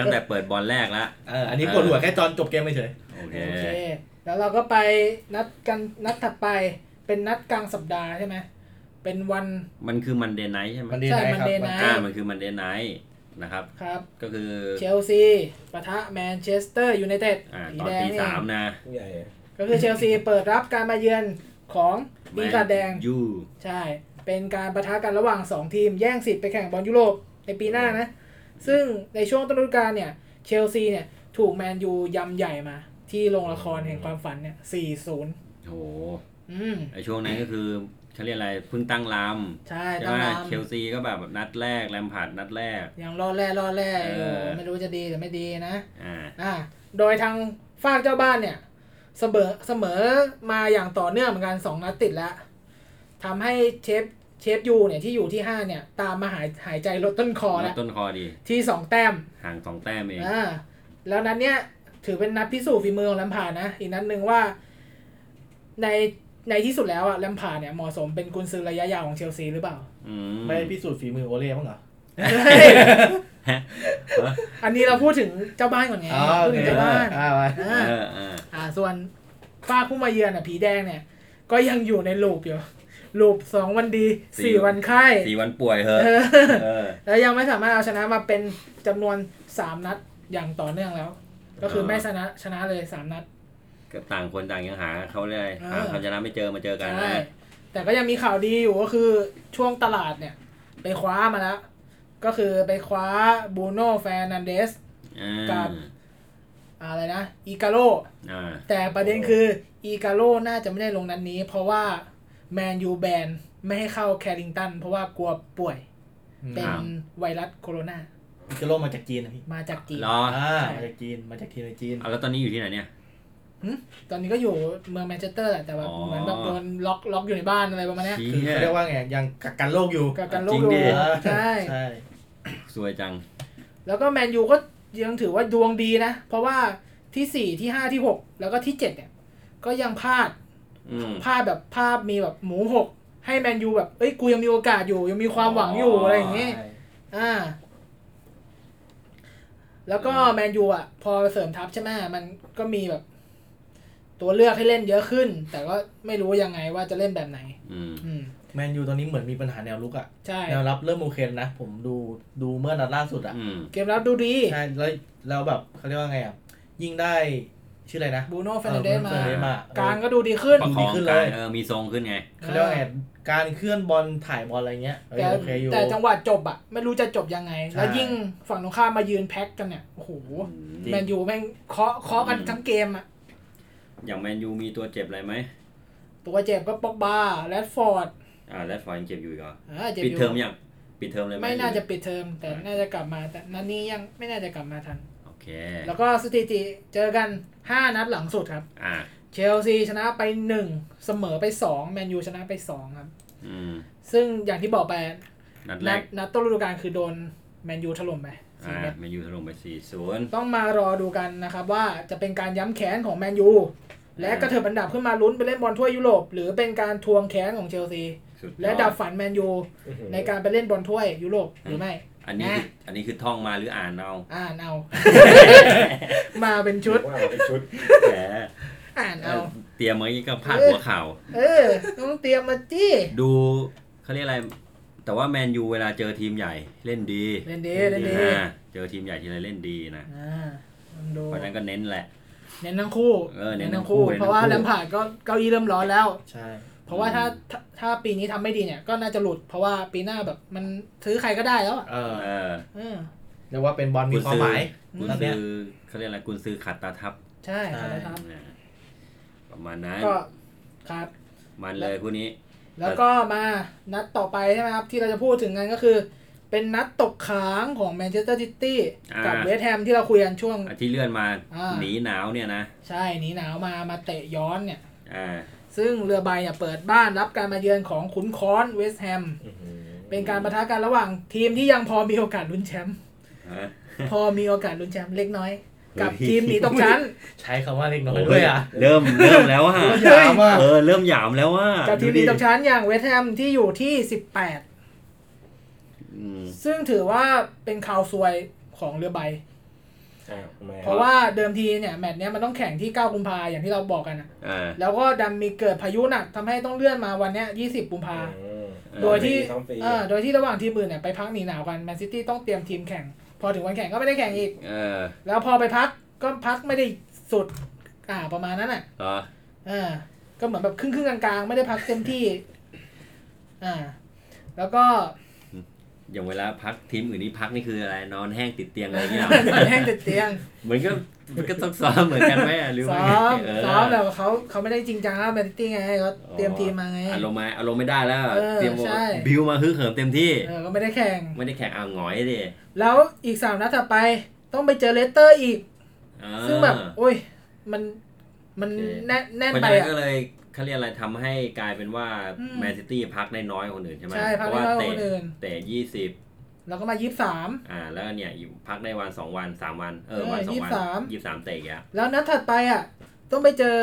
ตั้งแต่เปิดบอลแรกแล้ว
เอออันนี้ปวดหัวแค่ตอนจบเกมเฉย
โอเค
โอเค แล้วเราก็ไปนัดกันนัดถัดไปเป็นนัดกลางสัปดาห์ใช่ไหมเป็นวัน
มันคือมันเดย์ไนท์ใช่ไหม
Monday
ใช่
Night ครับ
Monday Night
อ่ามันคือมันเดย์ไนท์นะครับ
ครับ
ก็คือ
เชลซีปะทะแมนเชสเตอร์ยูไนเต็ด
อ่า
สี
ตอน
แดง
ตี
นี่เอ
สาม
ง
นะ
ใหญ่อะ
ก็คือเชลซีเปิดรับการมาเยือนของปีศาจแดง
ยู
ใช่ เป็นการประทะกันระหว่าง 2 ทีมแย่งสิทธิ์ไปแข่งบอลยุโรปในปีหน้านะ ซึ่งในช่วงต้นฤดูกาลเนี่ย เชลซีเนี่ย ถูกแมนยูยำใหญ่มา ที่โรงละครแห่งความฝันเนี่ย 4-0
โอ้โห
อืม
ไอช่วงนั้นก็คือเขาเรียกอะไรเพิ่งตั้งล
ใช่
ำใช่
ตาม
ไหม
ตาม
เชลซีก็แบบนัดแรกแลมพาร์ดนัดแรก
ยังรอดแร่รอดแร่
เอออ
ยู่ไม่รู้จะดีหรือไม่ดีนะ
อ่า
อ่า โดยทางฝ้ากเจ้าบ้านเนี่ย เสมอเสมอมาอย่างต่อเนื่องเหมือนกัน 2 นัดติดแล้วทำให้เชฟเชฟยูเนี่ยที่อยู่ที่ 5 เนี่ย ตามมาหายหายใจลดต้นคอ
นั
แล้ว
ดต้นคอดี
ที่ 2 แต้ม
ห่างสองแต้มเอง
อ่าแล้วนัดเนี้ยถือเป็นนัดพิสูจน์ฝีมือของแลมพาร์ดนะ อีกนัดหนึ่งว่าในในที่สุดแล้วอะแลมพาร์ดเนี่ยเหมาะสมเป็นกุนซือระยะยาวของเชลซีหรือเปล่า
อืม
ๆไม่พิสูจน์ฝีมือโอเล่บ้างเหรอ
อันนี้เราพูดถึงเจ้าบ้านก่อนไง
อ๋อโอ
พูด
เค
ถึงเจ้าบ้าน
อ่าไป
อ่า
เออเออ
อ่าส่วนฝ้ากผู้มาเยือนอ่ะผีแดงเนี่ย ก็ยังอยู่ในลูปอยู่ลูปสองวันดีสี่วันไข้
สี่วันป่วยเหอะ
เออ
เออ
แล้วยังไม่สามารถเอาชนะมาเป็นจำนวนสามนัดอย่างต่อเนื่องแล้ว ก็คือไม่ชนะชนะเลยสามนัด
ก็ต่างคนต่างยังหาเขาเรียกอะไร
เออ
หาคำชนะไม่เจอมาเจอกัน
ใช่
นะ
แต่ก็ยังมีข่าวดีอยู่ก็คือช่วงตลาดเนี่ย ไปคว้ามาแล้ว ก็คือไปคว้าบูโน่แฟร์นันเดส
อ่า
กับ อะไรนะอีกาโล
อ่า
แต่ประเด็นคืออีกาโลน่าจะไม่ได้ลงนัดนี้ เพราะว่าแมนยูแบนไม่ให้เข้าแคริงตัน เพราะว่ากลัวป่วยเป็นไวรัสโคโรนา
อิกาโลมาจากจีนนะพี่
มาจากจีน
รอ
อ่า
ใช่
มาจากจีนมาจากทีมในจีน
เอาแล้วตอนนี้อยู่ที่ไหนเนี่ย
หึตอนนี้ก็อยู่เมืองแมนเชสเตอร์แหละแต่ว่า
อ๋อ
เหมือนแบบโดนล็อกล็อกอยู่ในบ้านอะไรประมาณเนี้ย
ชี้
คือ
เนี่
เขา
ย
เรียกว่าไงยังกักกันโรคอยู่
กับการโร
จริ
ค
ง
ดู
ดิ
เออ
ใช่
ใช่
สวยจัง
แล้วก็แมนยูก็ยังถือว่าดวงดีนะ เพราะว่าที่สี่ที่ห้าที่หกแล้วก็ที่เจ็ดเนี่ย ก็ยังพลาด
อืม
พลาดแบบพลาดมีแบบหมูหกให้แมนยูแบบเอ้ยกูยังมีโอกาสอยู่ยังมีความหวังอยู่
อ๋ออ
อะไรอย่างงี้ อ่า แล้วก็แมนยูอ่ะ พอเสริมทัพใช่ไหมมันก็มีแบบ ตัวเลือกให้เล่นเยอะขึ้น แต่ก็ไม่รู้ยังไงว่าจะเล่นแบบไหน
อืม
อืม
แมนยูตอนนี้เหมือนมีปัญหาแนวลุกอะ
ใช่
แนวรับเริ่มโอเคแล้วนะ ผมดูดูเมื่อนัดล่าสุดอะ
อืม
เกมรับดูดี
ใช่แล้วแล้วแบบเขาเรียกว่าไงอะยิ่งได้ชื่ออะไรนะ
บูโน่เฟรนเดส
ออ
มา
Bruno Fernandes
กลางก็ดูดีขึ้น
ประคอง
ดูดีขึ้น
กั
เล
น
ย
เออมีทรงขึ้นไง
เขาเรียกว่าไงการเคลื่อนบอลถ่ายบอลอะไรเงี้ยเอ้ย
แต่
โอเคอยู่
แต่จังหวะจบอะไม่รู้จะจบยังไง
ใช่
แล้วยิ่งฝั่งตรงข้ามมายืนแพ็กกันเนี่ยโอ้โห
จริง
แมนยูแม่งเคาะเคาะกัน
อืม
ทั้งเกมอะ
อย่างแมนยูมีตัวเจ็บอะไรไหม
ตัวเจ็บก็ปอกบาแรดฟอร์ด
อ่าแรดฟอร์ดยังเจ็บอยู่อีกเหรอ
อ่าเจ็บ
ปิด
อยู่
เทอมยังปิดเทอมเลยห
ไม่น่าจะปิดเทอมแต่น่าจะกลับมาแต่นัดนี้ยังไม่น่าจะกลับมาทัน
โอเค
แล้วก็สถิติเจอกัน 5 นัดหลังสุดครับ
อ่า
เชลซีชนะไปหนึ่งเสมอไปสองแมนยูชนะไปสองครับ
อืม
ซึ่งอย่างที่บอกไป
นัดแร
นัด
ก
นัดต้นฤดูกาลคือโดนแมนยูถล่มไปสี่
อ่า
เม็ด
แมนยูถล่มไปสี่ศูนย์
ต้องมารอดูกันนะครับว่าจะเป็นการย้ำแค้นของแมนยูและกระเถิบอันดับขึ้นมาลุ้นไปเล่นบอลถ้วยยุโรปหรือเป็นการทวงแค้นของเชลซี
สุยอ
และดับฝันแมนยูในการไปเล่นบอลถ้วยยุโรปหรือไม่
อันนี้
นะ
คืออันนี้คือท่องมาหรืออ่านเอา
อ่านเอา มาเป็นชุด
ว่าเป็นชุด
แหม
อ่านเอา
เตรียมมาอย่างนี้ก็พลาด
เออ
หัวข่าว
เออ ต้องเตรียมมาจี้
ดูเขาเรียกอะไร แต่ว่าแมนยูเวลาเจอทีมใหญ่เล่นดี
เล่นดีเล่นดี
อ่าเจอทีมใหญ่ทีไรเล่นดีนะ
อ่าลองดู
เพราะฉะนั้นก็เน้นแหละ
เน้นทั้งคู่
เออเน้นทั้งคู่เน้นทั้งคู่
เพราะว่าแลมพาร์ดก็เก้าอี้เริ่มร้อนแล้ว
ใช่
เพราะว่าถ้าถ้าถ้าปีนี้ทำไม่ดีเนี่ยก็น่าจะหลุด เพราะว่าปีหน้าแบบมันซื้อใครก็ได้แล้วอะ
เออ
เออ
เออ
เรียกว่าเป็นบอลมีความหมาย
กุน
แล้วเนี่
ซื้
ย
อเขาเรียกอะไรกุนซื้อขัดตาทับ
ใช่
ใช่
ครับ
นะประมาณนั้น
ก็ครับ
มันเลยคู่นี้
แล้วก็มานัดต่อไปใช่ไหมครับ ที่เราจะพูดถึงกันก็คือ เป็นนัดตกค้างของแมนเชสเตอร์ซิตี้กับ
อ่า
เวสต์แฮมที่เราคุยกันช่วง
อ่ะที่เลื่อนมา
อ่า
หนีหนาวเนี่ยนะ
ใช่หนีหนาวมามาเตะย้อนเนี่ย
อ่า
ซึ่งเรือใบเนี่ยเปิดบ้านรับการมาเยือนของขุนค้อนเวสต์แฮมเป็นการประทะกันระหว่างทีมที่ยังพอมีโอกาสลุ้นแชมป์
ฮะ
พอมีโอกาสลุ้นแชมป์เล็กน้อย กับ
เฮ้ย
ทีมหนีตกชั้น
ใช้คำว่าเล็กน้อยด้วยอ่ะ
เริ่มเริ่มแล้วอ่ะ
ยาวมาก
เออเริ่มหยามแล้วว่า
กับทีมหนีตกชั้นอย่างเวสต์แฮมที่อยู่ที่ 18 ซึ่งถือว่าเป็นข่าวซวยของเรือใบ
อ้าวทำไม
เพราะว่าเดิมทีเนี่ยแมตช์เนี้ยมันต้องแข่งที่ 9 กุมภาอย่างที่เราบอกกันอะ
อ่า
แล้วก็ดันมีเกิดพายุหนักทำให้ต้องเลื่อนมาวันเนี้ย20 กุมภา
อืม
โดยที่
ซ้อมฟรี
เออโดยที่ระหว่างทีมอื่นเนี่ยไปพักหนีหนาวกันแมนซิตี้ต้องเตรียมทีมแข่ง พอถึงวันแข่งก็ไม่ได้แข่งอีก
เออ
แล้วพอไปพักก็พักไม่ได้สุดอ่าประมาณนั้นอ่ะ
เหรอ
เออก็เหมือนแบบครึ่งครึ่งๆกลางๆ ไม่ได้พักเต็มที่อ่าแล้วก็
อย่างเวลาพักทีมอื่นนี่พักนี่คืออะไรนอนแห้งติดเตียงอะไรอย่างเงี้ย
มันแห้งติดเตียง
เหมือนก็มันก็ต้องซ้อมเหมือนกันไหมหรือ
ซ้
ว่า
อ
ไง
ม
เออ
ซ้อมแล้วเขาเขาไม่ได้จริงจังแล้วแมนซิตี้ไงเขาเตรียมทีมมาไง
อารมณ์มาอารมณ์ไม่ได้แล้ว
เออ
เตรียม
ใช่
บิวมาฮึกเหิมเต็มที่
เออก็ไม่ได้แข่ง
ไม่ได้แข่งเอาหงอยดิ
แล้วอีกสามนัดต่อไปต้องไปเจอเลสเตอร์อีก
เออ
ซึ่งแบบโอ้ย มันมัน
โอเค
แน่นแน่น
เพราะ
ไป
ฉะนั้นก็
อ่ะ
เลยเขาเรียกอะไรทำให้กลายเป็นว่า
อืม
แมนซิตี้พักได้น้อยกว่าคนอื่นใช่ไหม
ใช่พัก
เพ
ได้
ราะว่า
น้อยกว่า
เตะ
คนอื่น
เตะยี่สิบ
แล้วก็มายี่สาม
อ่าแล้วเนี่ยอยู่พักได้วันสองวันสามวันเออ
เออ
วันสองวัน
23
ยี่สิบสามเตะอีกอะ
แล้วนัดถัดไปอ่ะ ต้องไปเจอ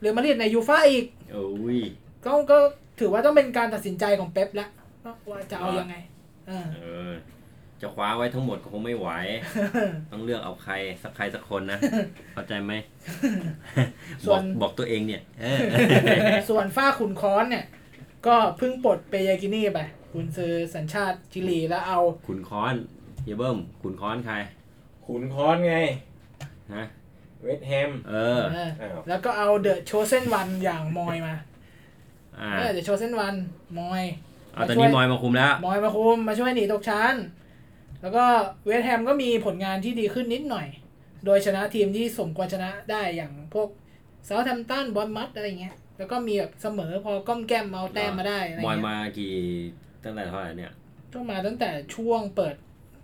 เรอัลมาดริดในยูฟ่าอีก
โอ้ย
ก็ก็ถือว่าต้องเป็นการตัดสินใจของเป๊ปละว่าจะเอายังไงเออ
เออจะคว้าไว้ทั้งหมดก็คงไม่ไหว ต้องเลือกเอาใครสักใครสักคนนะ เข้าใจไหมบ
ส่ว
อน กบอกตัวเองเนี่ยเอ อ
ส่วนฝ้าขุนค้อนเนี่ย ก็เพิ่งปลดเปยากินี่ไป คุณซื้อสัญชาติชิลีแล้วเอา
ขุนค้อนเฮียเบิ้มขุนค้อนใคร
ขุนค้อนไง
นะ
เวสต์แฮม
เออ
เออ
อ้าว
แล้วก็เอาเดอะโชเซนวันอย่างมอยมา
อ่า
เออเดอะโชเซนวันมอย
เอาตอนนี้มอยมาคุมแล้ว
มอยมาคุมมาช่วยหนีตกชั้น แล้วก็เวสต์แฮมก็มีผลงานที่ดีขึ้นนิดหน่อย โดยชนะทีมที่สมควรชนะได้อย่างพวกเซาท์แฮมป์ตันบอลมัดอะไรเงี้ย แล้วก็มีแบบเสมอพอก้อมแก้มเอาแต้มมาได้อะไร
มอย
เงี้ย
มากี่ตั้งแต่เท่าไหร่เนี่ย
ต้องมาตั้งแต่ช่วงเปิด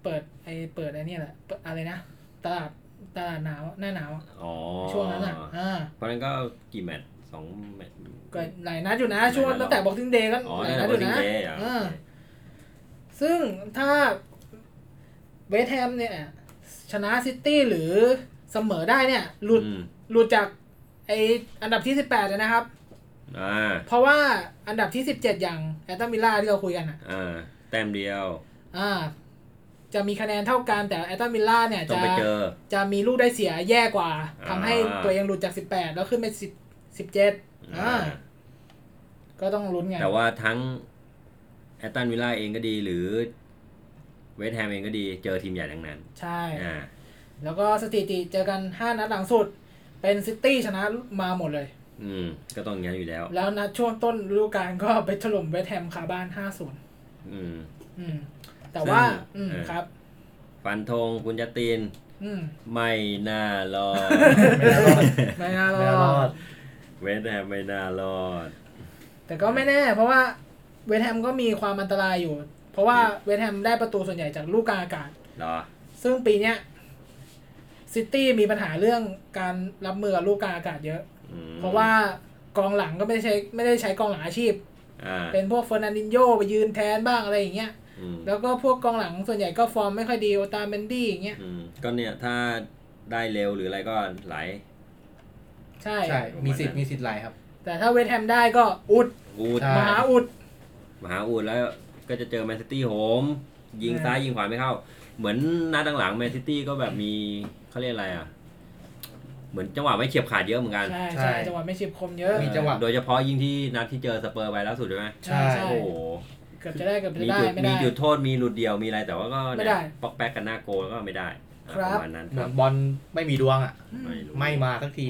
เปิดไอเปิดไอเนี่ยแหละเปิดอะไรนะตลาดตลาดหนาวหน้าหนาวอะ
อ๋อ
ช่วงนั้นอ่ะอ่า
เพราะฉะนั้นก็กี่แมตช์สองแมตช์
ก็หลายนัดอยู่นะ
หลายนัด
ช่วง
แล้ว
ตั้งแต่บ็อกซิ่งเดย์ก็
อ๋อ
หลาย
นั่นแห
นั
ละบอ
ดอ
ล
ยู่
ลิง
นะ
เดย์อ่ะ
อ่า ซึ่งถ้าเวสต์แฮมเนี่ย ชนะซิตี้หรือเสมอได้เนี่ย หลุด
อืม
หลุดจากไออันดับที่ 18เลยนะครับ
อ่า
เพราะว่าอันดับที่ 17 อย่างแอตตันวิลล่าที่เราคุยกันอ่ะ
อ่าแต้มเดียว
อ่า จะมีคะแนนเท่ากันแต่แอตตันวิลล่าเนี่ย
ต้อง
จะ
ไปเจอ
จะมีลูกได้เสียแย่กว่า
อ่า
ทำให้ตัวเองหลุดจาก 18 แล้วขึ้นเป็น10 17
อ่า
อ่าก็ต้องลุ้นไง
แต่ว่าทั้งแอตตันวิลล่าเองก็ดีหรือเวสต์แฮมเองก็ดีเจอทีมใหญ่ทั้งนั้น
ใช่
อ่า
แล้วก็สถิติเจอกัน 5 นัดหลังสุด เป็นซิตี้ชนะมาหมดเลย
อืม ก็ต้องอย่างนั้นอยู่แล้ว
แล้วนะช่วงต้นฤดูกาลก็ไปถล่มเวสต์แฮมคาบ้าน 5-0
อืม
อืม แต่ว่า
ซึ่ง
อืม
เออ
ครับ
ฟันธงคุณจะตีน
อื ม
ไม่น่ารอ ด
ไม่น่ารอด
ไม่น่า
ไม่
ร
น่ารอ
อ
ด
ด
เวสต์แฮมไม่น่ารอด
แต่ก็ไม่แน่ เพราะว่าเวสต์แฮมก็มีความอันตรายอยู่ เพราะว่าเวสต์แฮมได้ประตูส่วนใหญ่จากลูกกลางอากาศ
เหรอ
ซึ่งปีเนี้ยซิตี้มีปัญหาเรื่องการรับมือกับลูกกลางอากาศเยอะ
อื อืม
เพราะว่ากองหลังก็ไม่ได้ใช้ไม่ได้ใช้กองหลังอาชีพ
อ่า
เป็นพวกเฟอร์นันดินโยไปยืนแทนบ้างอะไรอย่างเงี้ย
อืม
แล้วก็พวกกองหลังส่วนใหญ่ก็ฟอร์มไม่ค่อยดีโอตาเมนดี้อย่างเงี้ย
อืมก็เนี่ยถ้าได้เร็วหรืออะไรก็ไหล
ใช่
ใช่ มีสิทธิ์มีสิทธิ์ไหลครับ
แต่ถ้าเวสต์แฮมได้ก็อุด
อูด
ใช่
มหาอุด
มหาอูดแล้วก็จะเจอแมนซิตี้โหม ยิงซ้ายยิงขวาไม่เข้า เหมือนนัดหลังๆแมนซิตี้ก็แบบมีเขาเรียกอะไรอ่ะ เหมือนจังหวะไม่เฉียบขาดเยอะเหมือนกัน
ใช่
ใช่
ใช่จังหวะไม่เฉียบคมเยอะ
มีจังหวะ
โดยเฉพาะยิ่งที่นัดที่เจอสเปอร์ไปล่าสุดใช่ไหม
ใช่ใช่
โอ้โห
เกือบจะได้เกือบจะ
มี
ได้
จุด
ไม่
มี
ได้
จุดโทษมีหลุดเดียวมีอะไรแต่ว่าก็
ไม่
เนี่ย
ได้
ปอกแป๊กกันหน้าโกลก็ไม่ได้อ่ะ
ครั
ป
บ
ระมาณนั้นค
เหมื
รั
อบ นบอลไม่มีดวงอ่ะ
ไม่รู้
ไม่มาสักที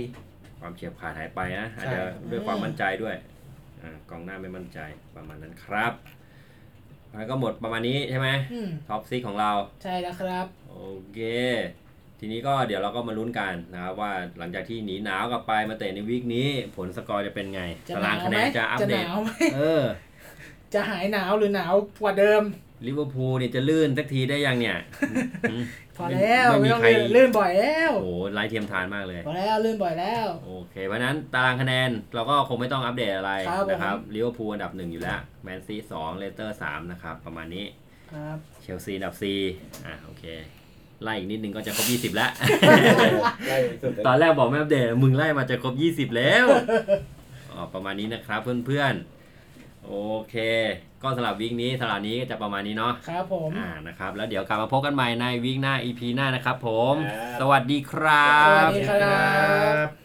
ความเฉียบขาดหายไปนะอาจ
ใช่
จะด้วย
อืม
ความมั่นใจด้วยอ่ากองหน้าไม่มั่นใจประมาณนั้นครับแล้วก็หมดประมาณนี้ใช่ไหม
อืม
ท็อปซิกของเรา
ใช่แล้วครับ
โอเค ทีนี้ก็เดี๋ยวเราก็มาลุ้นกันนะครับว่าหลังจากที่หนีหนาวกลับไปมาเตะในวีคนี้ ผลสกอร์จะเป็นไง
จะ
ตาราน
หาง ว
คะ
ไห
แน
ม
นจะอัป
จะ
เด
ห
ต
นาวไหม
เออ
จะหายหนาวหรือหนาวกว่าเดิม
ลิเวอร์พูลเนี่ยจะลื่นสักทีได้ยังเนี่ย
พอแล้ว
ไม่
ไม่
มี
ต้อง
ใคร
ลื่นลื่นบ่อยแล้ว
โอ้โหไร้เทียมทานมากเลย
พอแล้วลื่นบ่อยแล้ว
โอเค เพราะฉะนั้นตารางคะแนนเราก็คงไม่ต้องอัปเดตอะไร
ครับผม
นะครับลิเวอร์พูลอันดับหนึ่งอยู่แล้วแมนซีสองเลสเตอร์สามนะครับประมาณนี้
ครับ
เชลซีอันดับสี่อ่ะโอเค ไล่อีกนิดนึงก็จะครบยี่สิบแล้ว
ไล่สุดเลย
ตอนแรกบอกไม่อัปเดตมึงไล่มาจะครบยี่สิบ แล้วอ๋อประมาณนี้นะครับเพื่อนๆ โอเค ก็สำหรับวีคนี้สำหรับนี้ก็จะประมาณนี้เนาะ
ครับผม
อ่านะครับแล้วเดี๋ยวกลับมาพบกันใหม่ในวีคหน้า EP หน้านะครับผม
ครับ
สวัสดีครั
สวั
บ
สดีครับ